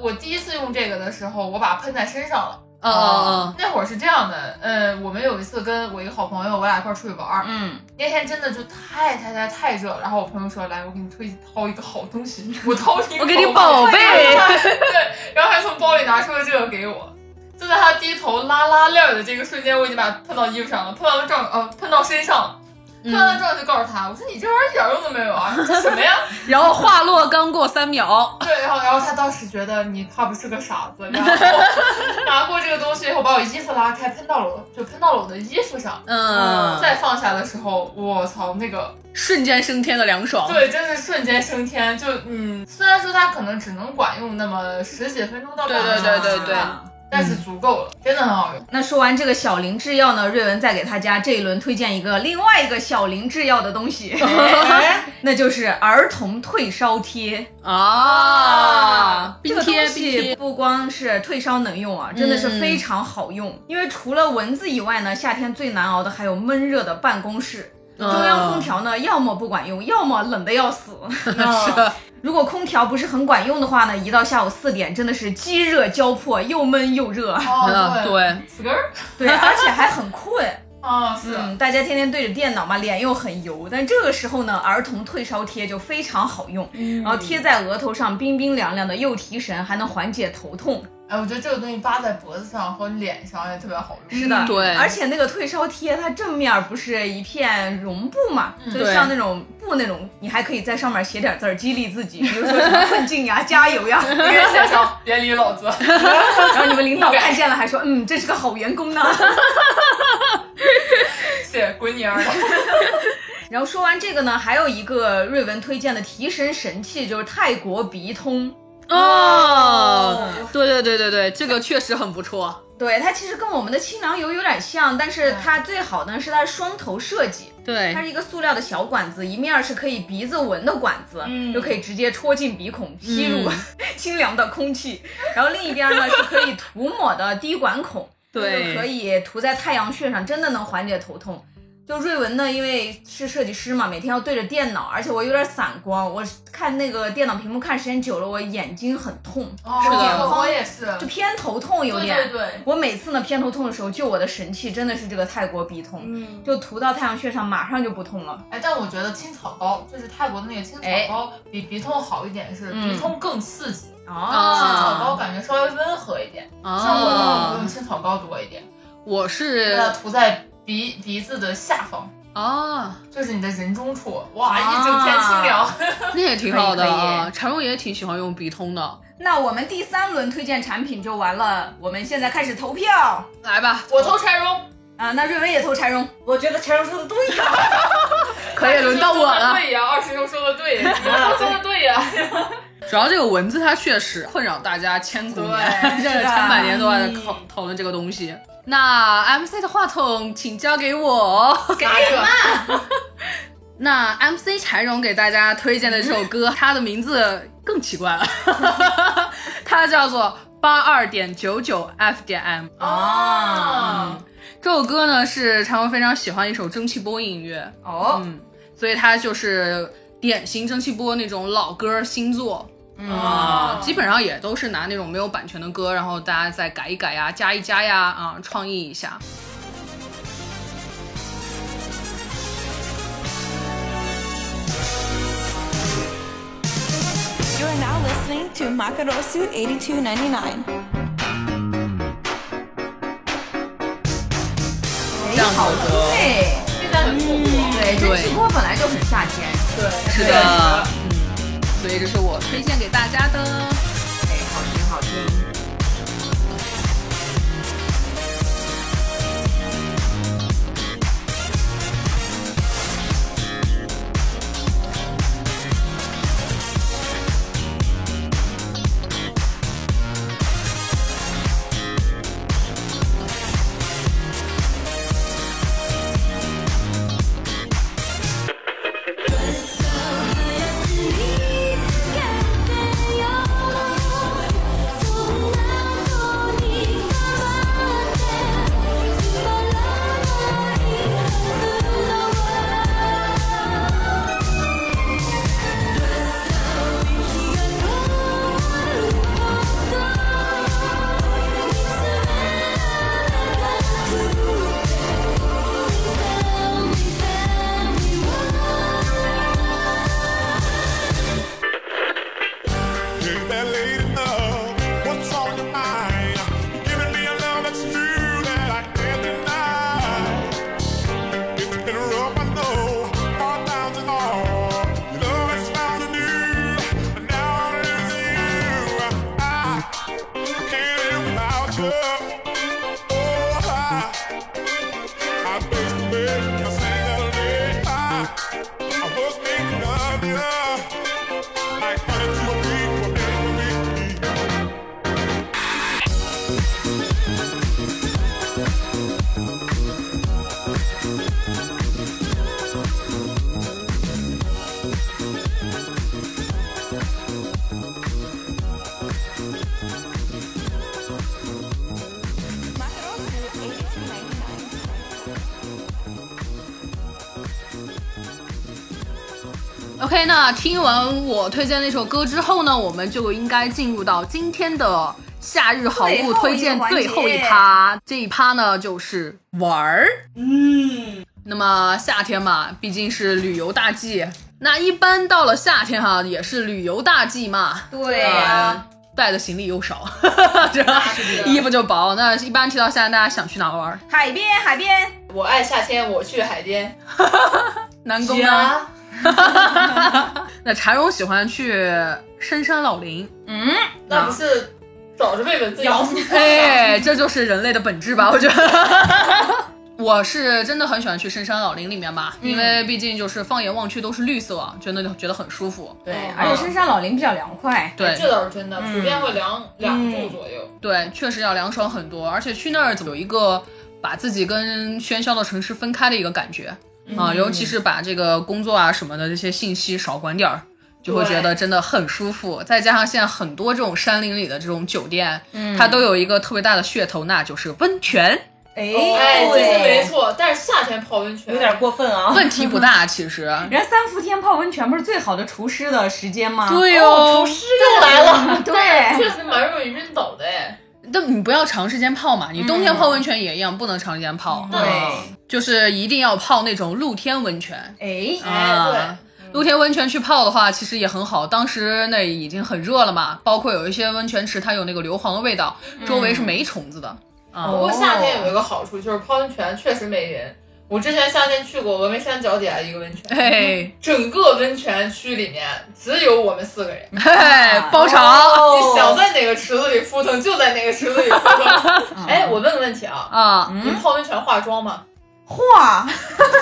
S3: 我第一次用这个的时候，我把它喷在身上了。
S4: 啊啊！
S3: 哦那会儿是这样的，嗯，我们有一次跟我一个好朋友，我俩一块儿出去玩儿，
S2: 嗯，
S3: 那天真的就太太太太热了。然后我朋友说：“来，我给你推掏一个好东
S4: [laughs]
S3: 西，我掏你一个
S4: 我给你
S3: 好东西
S4: 宝贝，
S3: 然后还从包里拿出了这个给我。就在他低头拉拉链儿的这个瞬间，我已经把它喷到衣服上了，喷到了正呃喷到身上了。
S4: 嗯
S3: 喷到之后就告诉他，我说你这玩意儿一点用都没有啊，这什么呀？
S4: [laughs] 然后话落刚过三秒，
S3: [laughs] 对，然后然后他当时觉得你怕不是个傻子，然后 [laughs] 拿过这个东西以后，把我衣服拉开，喷到了我就喷到了我的衣服上。
S4: 嗯，
S3: 再放下的时候，我操，那个
S4: 瞬间升天的凉爽，
S3: 对，真是瞬间升天。就嗯，虽然说它可能只能管用那么十几分钟到半
S4: 对
S3: 个
S4: 对对
S3: 小时
S4: 对对嗯
S3: 吧，但是足够了，真的很好用。
S2: 那说完这个小林制药呢，瑞文再给他家这一轮推荐一个另外一个小林制药的东
S4: [laughs]
S2: 西，
S4: 哎
S2: 那就是儿童退烧贴。
S4: 啊，
S2: 这
S4: 冰
S2: 个
S4: 贴
S2: 东
S4: 冰
S2: 西
S4: 贴，嗯
S2: 不光是退烧能用啊，真的是非常好用。因为除了蚊子以外呢，夏天最难熬的还有闷热的办公室。
S4: 嗯
S2: 中央空调呢，要么不管用，要么冷的要死。 [laughs]
S4: 是
S2: 如果空调不是很管用的话呢，一到下午四点，真的是饥热交迫，又闷又热。 [laughs]
S3: 哦，
S4: 嗯，，对，
S3: 死根儿
S2: 对，而且还很困。
S3: 啊，是。
S2: 嗯，大家天天对着电脑嘛，脸又很油，但这个时候呢，儿童退烧贴就
S4: 嗯
S2: 非常好用，然后贴在额头上，冰冰凉凉的，又提神，还能缓解头痛。
S3: 哎，我觉得这个东西扒在脖子上和脸上也特别好用。 [laughs]
S2: 是的，
S4: 嗯对
S2: 而且那个退烧贴，它正面不是一片绒布嘛，就
S4: 嗯对
S2: 像那种布那种，你还可以在上面写点字儿激励自己，比如说什么奋进呀、加油
S4: [laughs]
S2: 呀。
S3: 别想想，别理老子。
S2: 然后你们领导看见了，还说，嗯，这是个好员工呢。 [laughs]
S3: 谢，滚你丫的！
S2: 然后说完这个呢，还有一个瑞文推荐的提神神器，就是泰国鼻通。
S4: 哦，对对对对对，这个确实很不错。
S2: 对它其实跟我们的清凉油有点像，但
S3: 嗯
S2: 是它最好呢是它双头设计，
S3: 哎
S4: 对
S2: 它是一个塑料的小管子，一面儿是可以鼻子闻的管子，
S1: 嗯
S2: 就可以直接戳进鼻孔，吸入、
S3: 嗯
S2: [laughs] 清凉的空气。然后另一边呢是可以涂抹的滴管孔，
S4: 对
S2: 就可以涂在太阳穴上，真的能缓解头痛。就瑞文呢，因为是设计师嘛，每天要对着电脑，而且我有点散光，我看那个电脑屏幕看时间久了，我眼睛很痛，
S3: 哦，
S4: 是的
S3: 这个我也是。
S2: 就偏头痛有
S3: 对
S2: 点。
S3: 对对，
S2: 我每次呢偏头痛的时候，救我的神器真的是这个泰国鼻痛，
S1: 嗯，
S2: 就涂到太阳穴上，马上就不痛了。
S3: 哎，但我觉得青草膏就是泰国的那个青草
S2: 哎
S3: 膏比鼻痛好一点，是
S2: 嗯
S3: 鼻痛更刺激，
S2: 哦，
S3: 青草膏感觉稍微温和一点。像我那种用
S4: 啊，
S3: 青草膏多一点，
S4: 我是
S3: 把它涂在鼻鼻子的下方，
S4: 啊，
S3: 就是你的人中处。哇，
S2: 啊
S3: 一整天清凉。
S4: 那也挺好的
S2: 可以可
S4: 啊。常荣也挺喜欢用鼻通的，
S2: 那我们第三轮推荐产品就完了，我们现在开始投票
S4: 来吧，
S3: 我投柴荣，
S2: 啊！那瑞文也投柴荣，
S1: 我觉得陈荣说的对呀、
S4: 可以轮到我了。
S3: 对呀，二师兄说的对，你们都说的对呀。
S4: 主要这个文字它确实困扰大家千古年， [laughs]
S2: 对
S4: 这
S2: 是的
S4: 千百年都在讨讨论这个东西。那 MC 的话筒请交给我。 [laughs]
S3: 给我
S4: 那 MC 柴荣给大家推荐的这首歌，它的名字更奇怪了， [laughs] 它叫做八二点九九 F 点 M。哦
S3: 啊！
S4: 这首歌呢是柴荣非常喜欢一首蒸汽波音乐，
S2: 哦，
S4: 嗯，所以它就是典型蒸汽波那种老歌新作。啊，基本上也都是拿那种没有版权的歌，然后大家再改一改呀，加一加呀，啊、创意一下。
S6: You are now listening to Makarosu 8299.
S4: 这样子
S2: 好
S4: 的歌，
S2: 对
S3: 现在很火火。
S2: 对，
S4: 对
S2: 蒸汽锅本来就很夏天，
S3: 对，
S4: 是的，嗯，所以这是我推荐给大家的。
S2: 哎，好听好听。
S7: Hey, that lady love, what's wrong with mine? You're giving me a love that's new that I can't deny. It's been rough, I know, all downs and all. Your love has found a new, and now I'm losing you. I can't live without you. Oh, I, I face to face, I sing a lady. I, I was thinking of you. Like honey to a bee, what can we be?
S6: Makarosu 8299.
S4: OK，那听完我推荐那首歌之后呢，我们就应该进入到今天的夏日好物推荐最后一趴。这一趴呢，就是玩儿。嗯，那么夏天嘛，毕竟是旅游大季，那一般到了夏天哈、也是旅游大季嘛。
S2: 对啊
S4: 呃
S2: 呀，
S4: 带的行李又少， [laughs] 这
S3: 是的
S4: 衣服就薄。那一般提到夏天，大家想去哪玩？
S2: 海边，海边，
S3: 我爱夏天，我去海边。
S4: 南宫呢？
S1: 啊，
S4: 那茶荣喜欢去深山老林。
S3: 那不是早就被蚊子咬死了？
S4: 哎，这就是人类的本质吧？我觉得。 [laughs] 我是真的很喜欢去深山老林里面吧，因为毕竟就是放眼望去都是绿色，真的觉得很舒服。
S3: 对
S2: 而且深山老林比较凉快。
S4: 对
S3: 哎这倒是真的，普遍会凉两度左右。
S4: 对，确实要凉爽很多，而且去那儿有一个把自己跟喧嚣的城市分开的一个感觉啊，尤其是把这个工作啊什么的这些信息少管点儿。就会觉得真的很舒服，再加上现在很多这种山林里的这种酒店，它都有一个特别大的噱头，那就是温泉。
S2: 哎
S3: 哎，这是没
S2: 对，
S3: 错，但是夏天泡温泉
S1: 有点过分啊。
S4: 问题不大，其实。
S2: 人家三伏天泡温泉不是最好的除湿的时间吗？
S4: 对哦，
S3: 又来了，
S2: 对
S3: 确实蛮容易晕倒的哎。
S4: 但你不要长时间泡嘛，你冬天泡温泉也一样，不能长时间泡。
S2: 对，
S4: 就是一定要泡那种露天温泉。
S2: 哎，
S4: 啊
S3: 哎，
S4: 露天温泉去泡的话，其实也很好。当时那已经很热了嘛，包括有一些温泉池，它有那个硫磺的味道，周围是没虫子的。
S3: 对，不过夏天有一个好处就是泡温泉确实没人。我之前夏天去过峨眉山脚底下一个温
S4: 嗯
S3: 泉，
S4: [laughs] 嘿，
S3: 整个温泉区里面只有我们四个人，
S4: 嗯嘿，包场
S2: 哦
S3: 你想在哪个池子里扑腾就在哪个池子里扑腾。哎，我问个问题啊，
S4: 啊，
S3: 你泡温泉化妆吗？
S2: 画画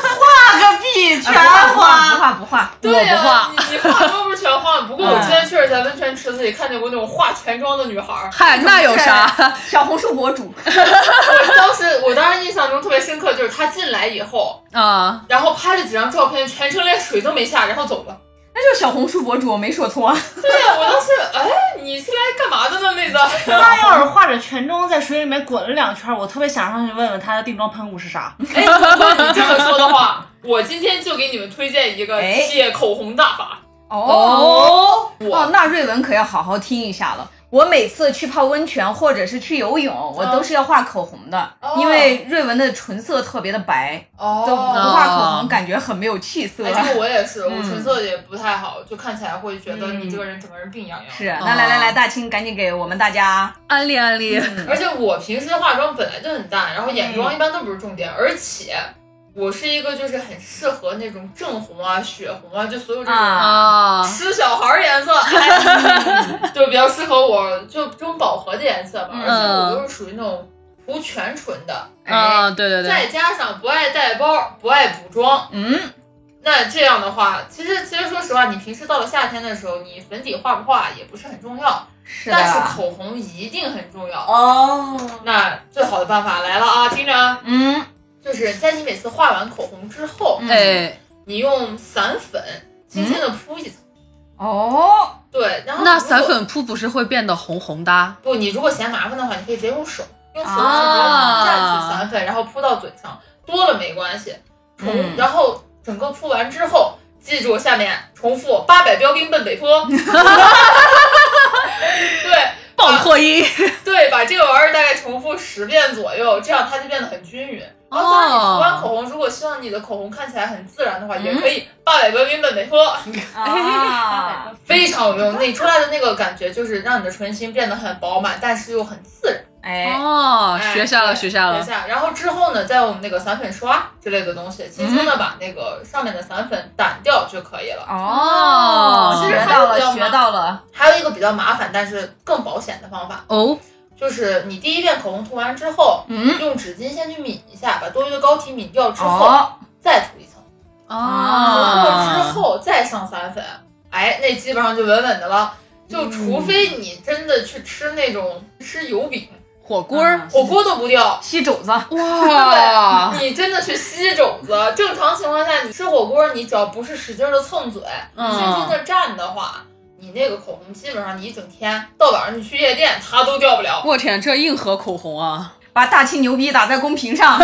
S2: 个屁，全画，不画不画。
S3: 对呀、
S4: 我不化
S3: 你你化妆不是全化？不过我之前确实在温泉池子里看见过那种化全妆的女孩儿。
S4: 嗨，那有啥？
S2: 小红书博主，
S3: 我 [laughs] 当时我当时印象中特别深刻，就是她进来以后，
S4: [laughs] 啊，
S3: 然后拍了几张照片，全程连水都没下，然后走了。
S2: 那就是小红书博主，我没说错。啊
S3: 对呀、我当时哎，你是来干嘛的呢，妹子？ [laughs]
S1: 他要是化着全妆在水里面滚了两圈，我特别想上去问问他的定妆喷雾是啥。
S3: 哎，如果你这么说的话，我今天就给你们推荐一个
S2: 哎
S3: 卸口红大法。
S2: 哦
S3: 我
S2: 哦，那瑞文可要好好听一下了。我每次去泡温泉或者是去游泳，我都是要画口红的，
S3: 哦
S2: 因为瑞文的唇色特别的白，
S3: 哦
S2: 就不画口红感觉很没有气色。
S3: 哎，这个我也是，
S2: 嗯
S3: 我唇色也不太好，就看起来会觉得你这个人整个人病怏怏。
S2: 是，，那来来来，大清赶紧给我们大家
S4: 安利安利，
S2: 嗯
S3: 而且我平时化妆本来就很淡，然后眼妆一般都不是重点，而且我是一个就是很适合那种正红啊、血红啊，就所有这种。
S2: 啊，
S4: 啊，
S3: 吃小孩儿颜色，
S4: [laughs]
S3: 哎就比较适合我，就这种饱和的颜色
S4: 嗯
S3: 吧。而且我又是属于那种涂全唇的，
S2: 哎
S4: 啊，对对
S3: 再
S4: 对，
S3: 加上不爱带包，不爱补妆，
S2: 嗯，
S3: 那这样的话，其实其实说实话，你平时到了夏天的时候，你粉底画不画也不是很重要，
S2: 是
S3: 但是
S2: 的，
S3: 口红一定很重要。
S1: 哦，
S3: 那最好的办法来了啊，听着啊，
S2: 嗯，
S3: 就是在你每次画完口红之后，
S4: 哎，
S3: 你用散粉轻轻的铺一层。
S2: 哦，
S3: 对，然后
S4: 嗯那
S3: 如果
S4: 散粉扑不是会变得红红的？
S3: 不，你如果嫌麻烦的话，你可以直接用手，用手指
S4: 啊
S3: 蘸取散粉，然后铺到嘴上，多了没关系。重，
S2: 嗯
S3: 然后整个铺完之后，记住下面重复八百标兵奔北坡。 [laughs] 对，
S4: 爆破音，
S3: 对，把这个玩意儿大概重复十遍左右，这样它就变得很均匀。然后当然你涂完口红，如果希望你的口红看起来很自然的话，也可以八百标兵奔北坡，
S2: 啊，
S3: 非常有用。你出来的那个感觉就是让你的唇形变得很饱满，但是又很自然。
S2: 哎，
S4: 哦，学下了，
S3: 对
S4: 学下了
S3: 学。下。然后之后呢，再用那个散粉刷之类的东
S4: 嗯
S3: 西，轻轻的把那个上面的散粉掸掉就可以
S4: 哦
S3: 了。
S2: 哦，
S3: 其实
S2: 学
S3: 还
S2: 到
S3: 有比较
S2: 了，学
S3: 麻
S2: 到了，
S3: 还有一个比较麻烦，但是更保险的方法，
S4: 哦，
S3: 就是你第一遍口红涂完之后，
S2: 嗯，
S3: 用纸巾先去抿一下，把多余的膏体抿掉之后，
S2: 哦，
S3: 再涂一层，涂
S2: 嗯
S3: 过之
S4: 啊，
S3: 后再上散粉，哎，那基本上就稳稳的了。
S4: 嗯
S3: 就除非你真的去吃那种吃油饼，
S4: 火锅儿，
S3: 火锅都不掉，
S2: 吸肘子，
S3: [laughs]
S4: 哇，
S3: 你真的去吸肘子。正常情况下，你吃火锅，你只要不是使劲的蹭嘴，
S4: 嗯
S3: 你是真的蘸的话，你那个口红基本上你一整天到晚上你去夜店，它都掉不了。
S4: 我天，这硬核口红啊！
S2: 把大庆牛逼打在公屏上。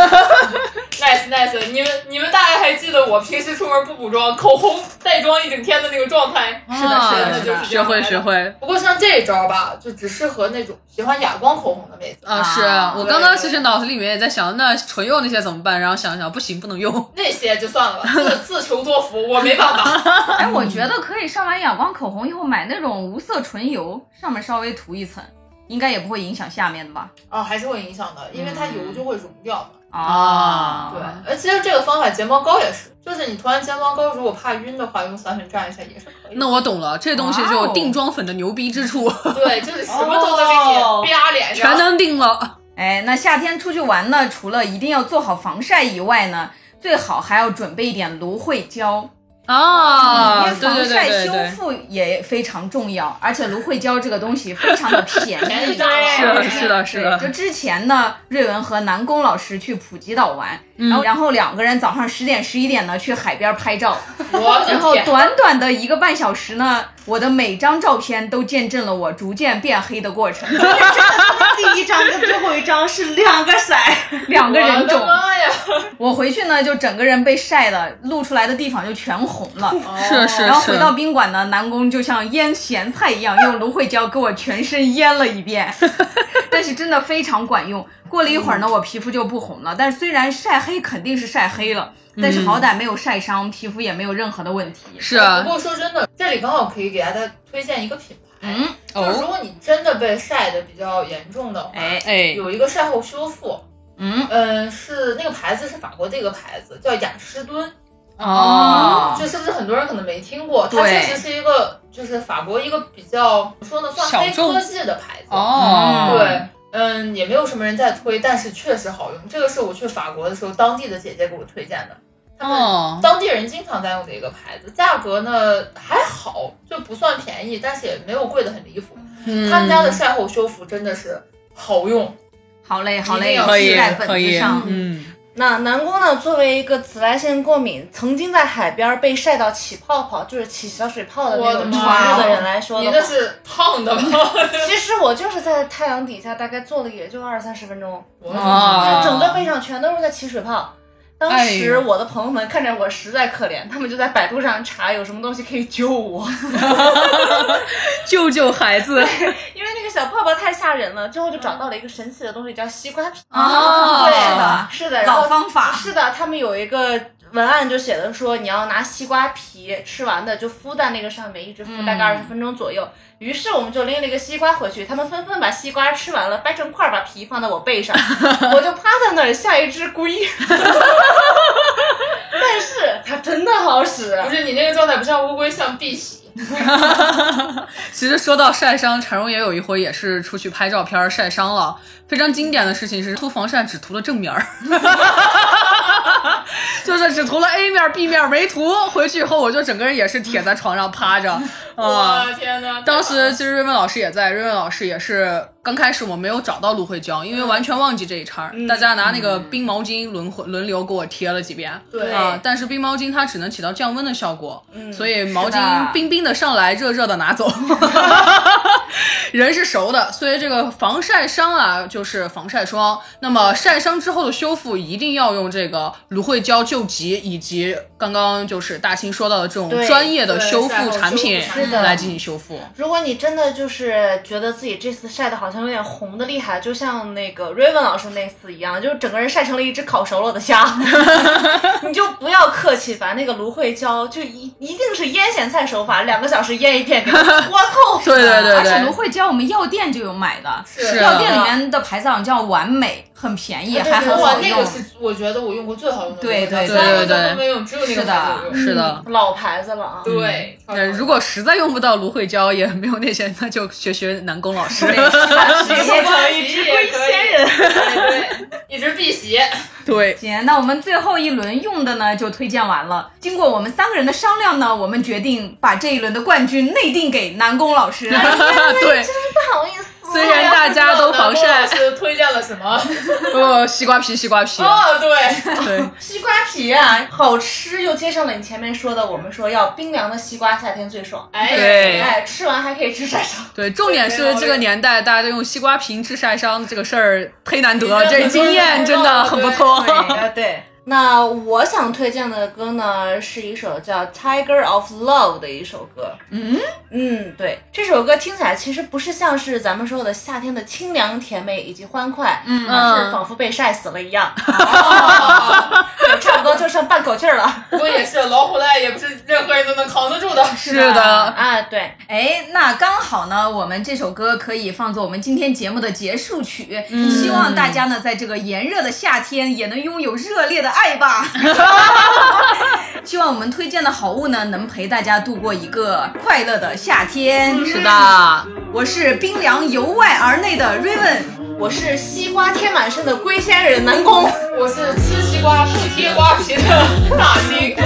S3: nice nice，你们你们大概还记得我平时出门不补妆，口红带妆一整天的那个状态。
S2: 是的，是的，
S3: 那
S2: 是
S3: 嗯就
S2: 的。
S3: 是这
S4: 学
S3: 样来
S4: 会
S3: 的
S4: 学会。啊
S3: 不过像这一招吧，就只适合那种喜欢哑光口红的妹子。
S4: 啊，是
S2: 啊
S4: 我刚刚
S3: 对
S4: 其实脑子里面也在想，那唇釉那些怎么办？然后想一想，不行，不能用。
S3: 那些就算了吧，自 [laughs] 自求多福，我没办法。
S2: 哎，我觉得可以上完哑光口红以后买那种无色唇油，上面稍微涂一层，应该也不会影响下面的吧？
S3: 啊，还是会影响的，因为它油就会溶掉嘛。
S2: 啊，
S3: 对，而其实这个方法睫毛膏也是，就是你涂完睫毛膏，如果怕晕的话，用散粉蘸一下也是可以的。
S4: 那我懂了，这东西
S2: 哇
S4: 就
S2: 哦
S4: 定妆粉的牛逼之处，
S3: 对，就是什么都能给你啪脸上。
S4: [laughs] 全能定了。
S2: 哎，那夏天出去玩呢，除了一定要做好防晒以外呢，最好还要准备一点芦荟胶，
S4: 啊，
S2: 嗯因为
S4: 对
S2: 防
S4: 对
S2: 晒
S4: 对对
S2: 修
S4: 对，
S2: 复也非常重要，而且芦荟胶这个东西非常的便
S3: 便
S2: 宜
S3: 宜。对
S4: 是的，是的，是
S2: 对，就
S4: 的。
S2: 之前呢，瑞文和南宫老师去普吉岛玩，
S4: 嗯
S2: 然后然后两个人早上十点十一点呢去海边拍照，
S4: 哦
S3: 我的
S2: 然后
S3: 天，
S2: 短短的一个半小时呢，我的每张照片都见证了我逐渐变黑的过
S4: [laughs]
S2: 程，
S1: 第一张跟最后一张是两个
S4: [laughs]
S1: 色儿，
S2: 两个人
S3: 我的
S2: 种。
S3: 妈呀！
S2: 我回去呢，就整个人被晒的，露出来的地方就全红了。
S4: 是啊是
S2: 然后回
S4: 嗯是，
S2: 到宾馆呢，南宫就像腌咸菜一样，用芦荟胶给我全身腌了一
S4: [laughs]
S2: 遍，但是真的非常管用。过了一会儿
S4: 嗯
S2: 呢，我皮肤就不红了，但是虽然晒黑肯定是晒黑了，
S4: 嗯
S2: 但是好歹没有晒伤，皮肤也没有任何的问题。
S4: 是啊
S3: 不，过说真的，这里刚好可以给大家推荐一个品牌，
S2: 嗯，
S3: 就是
S4: 哦
S3: 如果你真的被晒得比较严重的话，
S2: 哎
S4: 哎，
S3: 有一个晒后修复，
S2: 嗯
S3: 嗯，是那个牌子是法国的一个牌子，叫雅诗敦，
S4: 啊
S2: 哦
S3: 这是不是很多人可能没听过？它
S2: 对
S3: 确实是一个就是法国一个比较怎么说呢，
S4: 小
S3: 算黑
S4: 众
S3: 科技的牌子，
S4: 哦，
S3: 对。嗯，也没有什么人在推，但是确实好用。这个是我去法国的时候，当地的姐姐给我推荐的。他们
S4: 哦，
S3: 当地人经常在用的一个牌子，价格呢还好，就不算便宜，但是也没有贵的很离谱。
S4: 嗯
S3: 他们家的晒后修复真的是好用，
S2: 好嘞，好嘞，
S3: 一定要
S4: 可以
S2: 记在本
S4: 可
S2: 子
S4: 以，
S2: 上。
S4: 嗯，
S1: 那南宫呢，作为一个紫外线过敏，曾经在海边被晒到起泡泡，就是起小水泡的那
S3: 我的
S1: 种
S3: 妈
S1: 狂
S3: 呀
S1: 热的人来说
S3: 你
S1: 的
S3: 那
S1: 话，
S3: 是烫的吗？
S4: [laughs]
S1: 其实我就是在太阳底下大概坐了也就二三十分钟，
S4: 哦
S3: 啊
S1: 就整个背上全都是在起水泡。当
S4: 哎
S1: 时
S4: 呦
S1: 我的朋友们看着我实在可怜，他们就在百度上查有什么东西可以救我， [laughs]
S4: 救救孩子，
S1: 因为那个小泡泡太吓人了。最后就找到了一个神奇的东西，叫西瓜皮。
S2: 哦是的
S1: 对，是的，然后
S2: 老方法，
S1: 是的，他们有一个文案就写的说，你要拿西瓜皮吃完的就敷在那个上面，一直敷大概二十分钟左右。于是我们就拎了一个西瓜回去，他们纷纷把西瓜吃完了，掰成块儿，把皮放到我背
S2: [laughs]
S1: 上，我就趴在那儿像一只龟。 [laughs] 但是它真的好使，啊
S3: 不是你那个状态不像乌龟，像碧玺。
S4: [laughs] 其实说到晒伤，陈荣也有一回也是出去拍照片儿晒伤了。非常经典的事情是涂防晒只涂了正面儿， [laughs] 就是只涂了 A 面儿 B 面儿没涂。回去以后我就整个人也是铁在床上趴着啊。
S3: 我的天哪！
S4: 当时其实瑞文老师也在，瑞文老师也是刚开始我没有找到芦荟胶，因为完全忘记这一茬儿。大家拿那个冰毛巾轮回轮流给我贴了几遍，
S3: 对
S4: 啊，但是冰毛巾它只能起到降温的效果，所以毛
S2: 是的
S4: 巾冰冰的上来，热热的拿走。人是熟的，所以这个防晒伤啊，就是防晒霜。那么晒伤之后的修复，一定要用这个芦荟胶救急，以及刚刚就是大清说到的这种
S1: 对
S4: 专业的
S3: 对
S4: 修
S3: 晒
S4: 复
S3: 后
S4: 产
S3: 修复
S4: 品
S3: 产品是
S1: 的
S4: 来进行修复。
S1: 如果你真的就是觉得自己这次晒的好像有点红的厉害，就像那个 Raven 老师那次一样，就是整个人晒成了一只烤熟了的
S4: [laughs]
S1: 虾，你就不要客气，把那个芦荟胶就一一定是腌咸菜手法，两个小时腌一遍，给它搓透。
S4: [laughs] 对对对
S2: 而且芦荟
S4: 对，
S2: 胶我们药店就有买的，
S4: 是啊
S2: 药店里面的牌子好像叫完美，很便
S3: 啊
S2: 宜，还很
S3: 哇，
S2: 好
S3: 那
S2: 用
S3: 个。
S2: [laughs]
S3: 是我觉得我用过最好用的芦
S2: 对
S3: 荟胶，
S2: 对
S3: 其他芦
S4: 对
S3: 荟
S4: 对
S3: 胶都没有用，只有那个牌子有用。
S1: 嗯
S4: 是的。
S2: 嗯
S1: 老牌子了啊，
S3: 对，超
S4: 呃，
S3: 好
S4: 如果实在用不到芦荟胶，也没有那些，那就学学南宫老师。
S3: 用
S1: 直接成为一
S3: 碧
S1: 只
S3: 玺
S1: 龟
S3: 也可以
S1: 仙人。
S3: 对对，一只碧玺。
S4: [laughs] 对，
S2: 行，那我们最后一轮用的呢就推荐完了。经过我们三个人的商量呢，我们
S4: [laughs]
S2: 决定把这一轮的冠军内定给南宫老师。
S4: 对，
S1: 不好意思，啊
S4: 虽然大家都防晒，
S3: 是推荐了什
S4: [laughs]
S3: 么？
S4: 不，西瓜皮，西瓜皮，
S3: 哦，对，
S4: 对，
S1: 西瓜皮啊，好吃又接上了你前面说的，我们说要冰凉的西瓜，夏天最爽。
S3: 哎，
S4: 对
S1: 哎，吃完还可以吃晒伤。
S2: [laughs]
S4: 对，重点是这个年代，大家用西瓜皮治晒伤这个事儿忒难得，这
S1: [laughs]
S4: 经验真的很不错。
S1: 啊，对。 [laughs] 那我想推荐的歌呢，是一首叫《Tiger of Love》的一首歌。嗯嗯，对，这首歌听起来其实不是像是咱们说的夏天的清凉、甜美以及欢快，嗯，而是仿佛被晒死了一样， [laughs]
S3: 哦
S1: 对差不多就剩半口气儿了。
S3: 不过也是老虎赖，也不是任何人都能扛得住的。
S4: 是的，
S1: 啊，对，
S2: 哎，那刚好呢，我们这首歌可以放作我们今天节目的结束曲。
S4: 嗯
S2: 希望大家呢，在这个炎热的夏天也能拥有热烈的爱
S4: [laughs]
S2: 吧。希望我们推荐的好物呢，能陪大家度过一个快乐的夏天。
S4: 是，的，
S2: 我是冰凉由外而内的 Raven，
S1: 我是西瓜贴满身的龟仙人南宫。
S3: 我是吃西瓜不贴瓜皮的大金。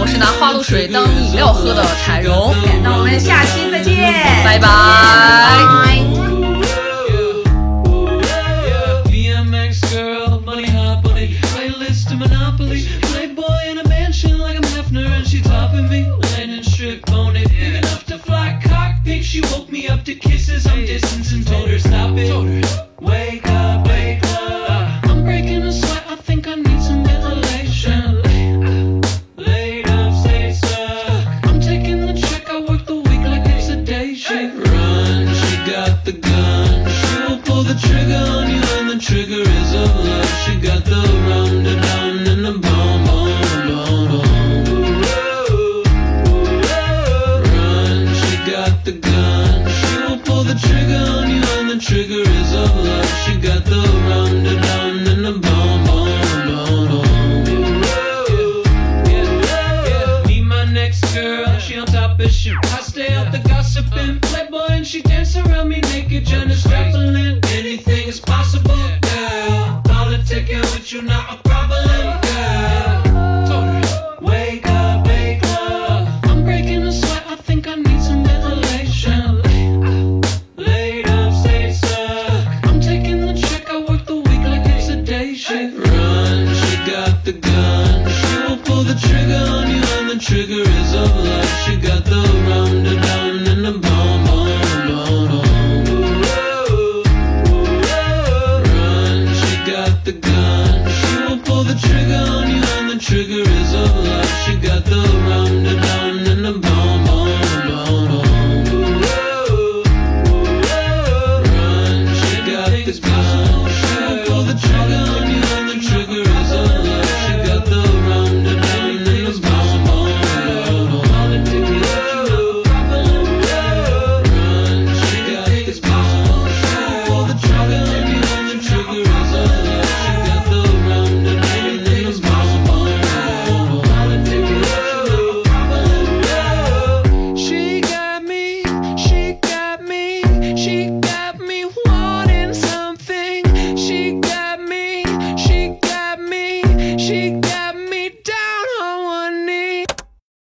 S4: 我是拿花露水当饮料喝的彩荣，
S2: 那我们下期再见，
S4: 拜拜。
S8: BMX girl, bunny hop bunny. I list to Monopoly. Playboy in a mansion like I'm Hefner, and she topping me. Landing strip bonnet. Big enough to fly cockpit. She woke me up to kisses. I'm distance and told her, stop it. Wake up, wake up. I'm breaking a sweat. I think I need some ventilation. Laid up, stay stuck. I'm taking the check. I work the week like it's a day shift. Run, she got the gun. She will pull the trigger on you, and the trigger is of love. She got the rum, the dum, and the bomb, bomb, bomb, bomb. Run, she got the gun. She will pull the trigger on you, and the trigger is of love. She got the rum, the dum, and the bomb, bomb, bomb, bomb. Yeah, me my next girl, she on top of shit. I stay out the gossiping, playboy, and she dance around me naked, Jenna strappling. Anything is possible, girl. Politicking with you not a problem, girl. Told her, wake up, wake up. I'm breaking a sweat, I think I need some ventilation. Laid up, stay stuck. I'm taking the check, I work the week like it's a day shift. Run, she got the gun. She will pull the trigger on you, and the trigger is of love. She got the rum, the dum, and the bomb, bomb, bomb, bomb. Run, she got the gun. She will pull the trigger on you, and the trigger is of love. She got the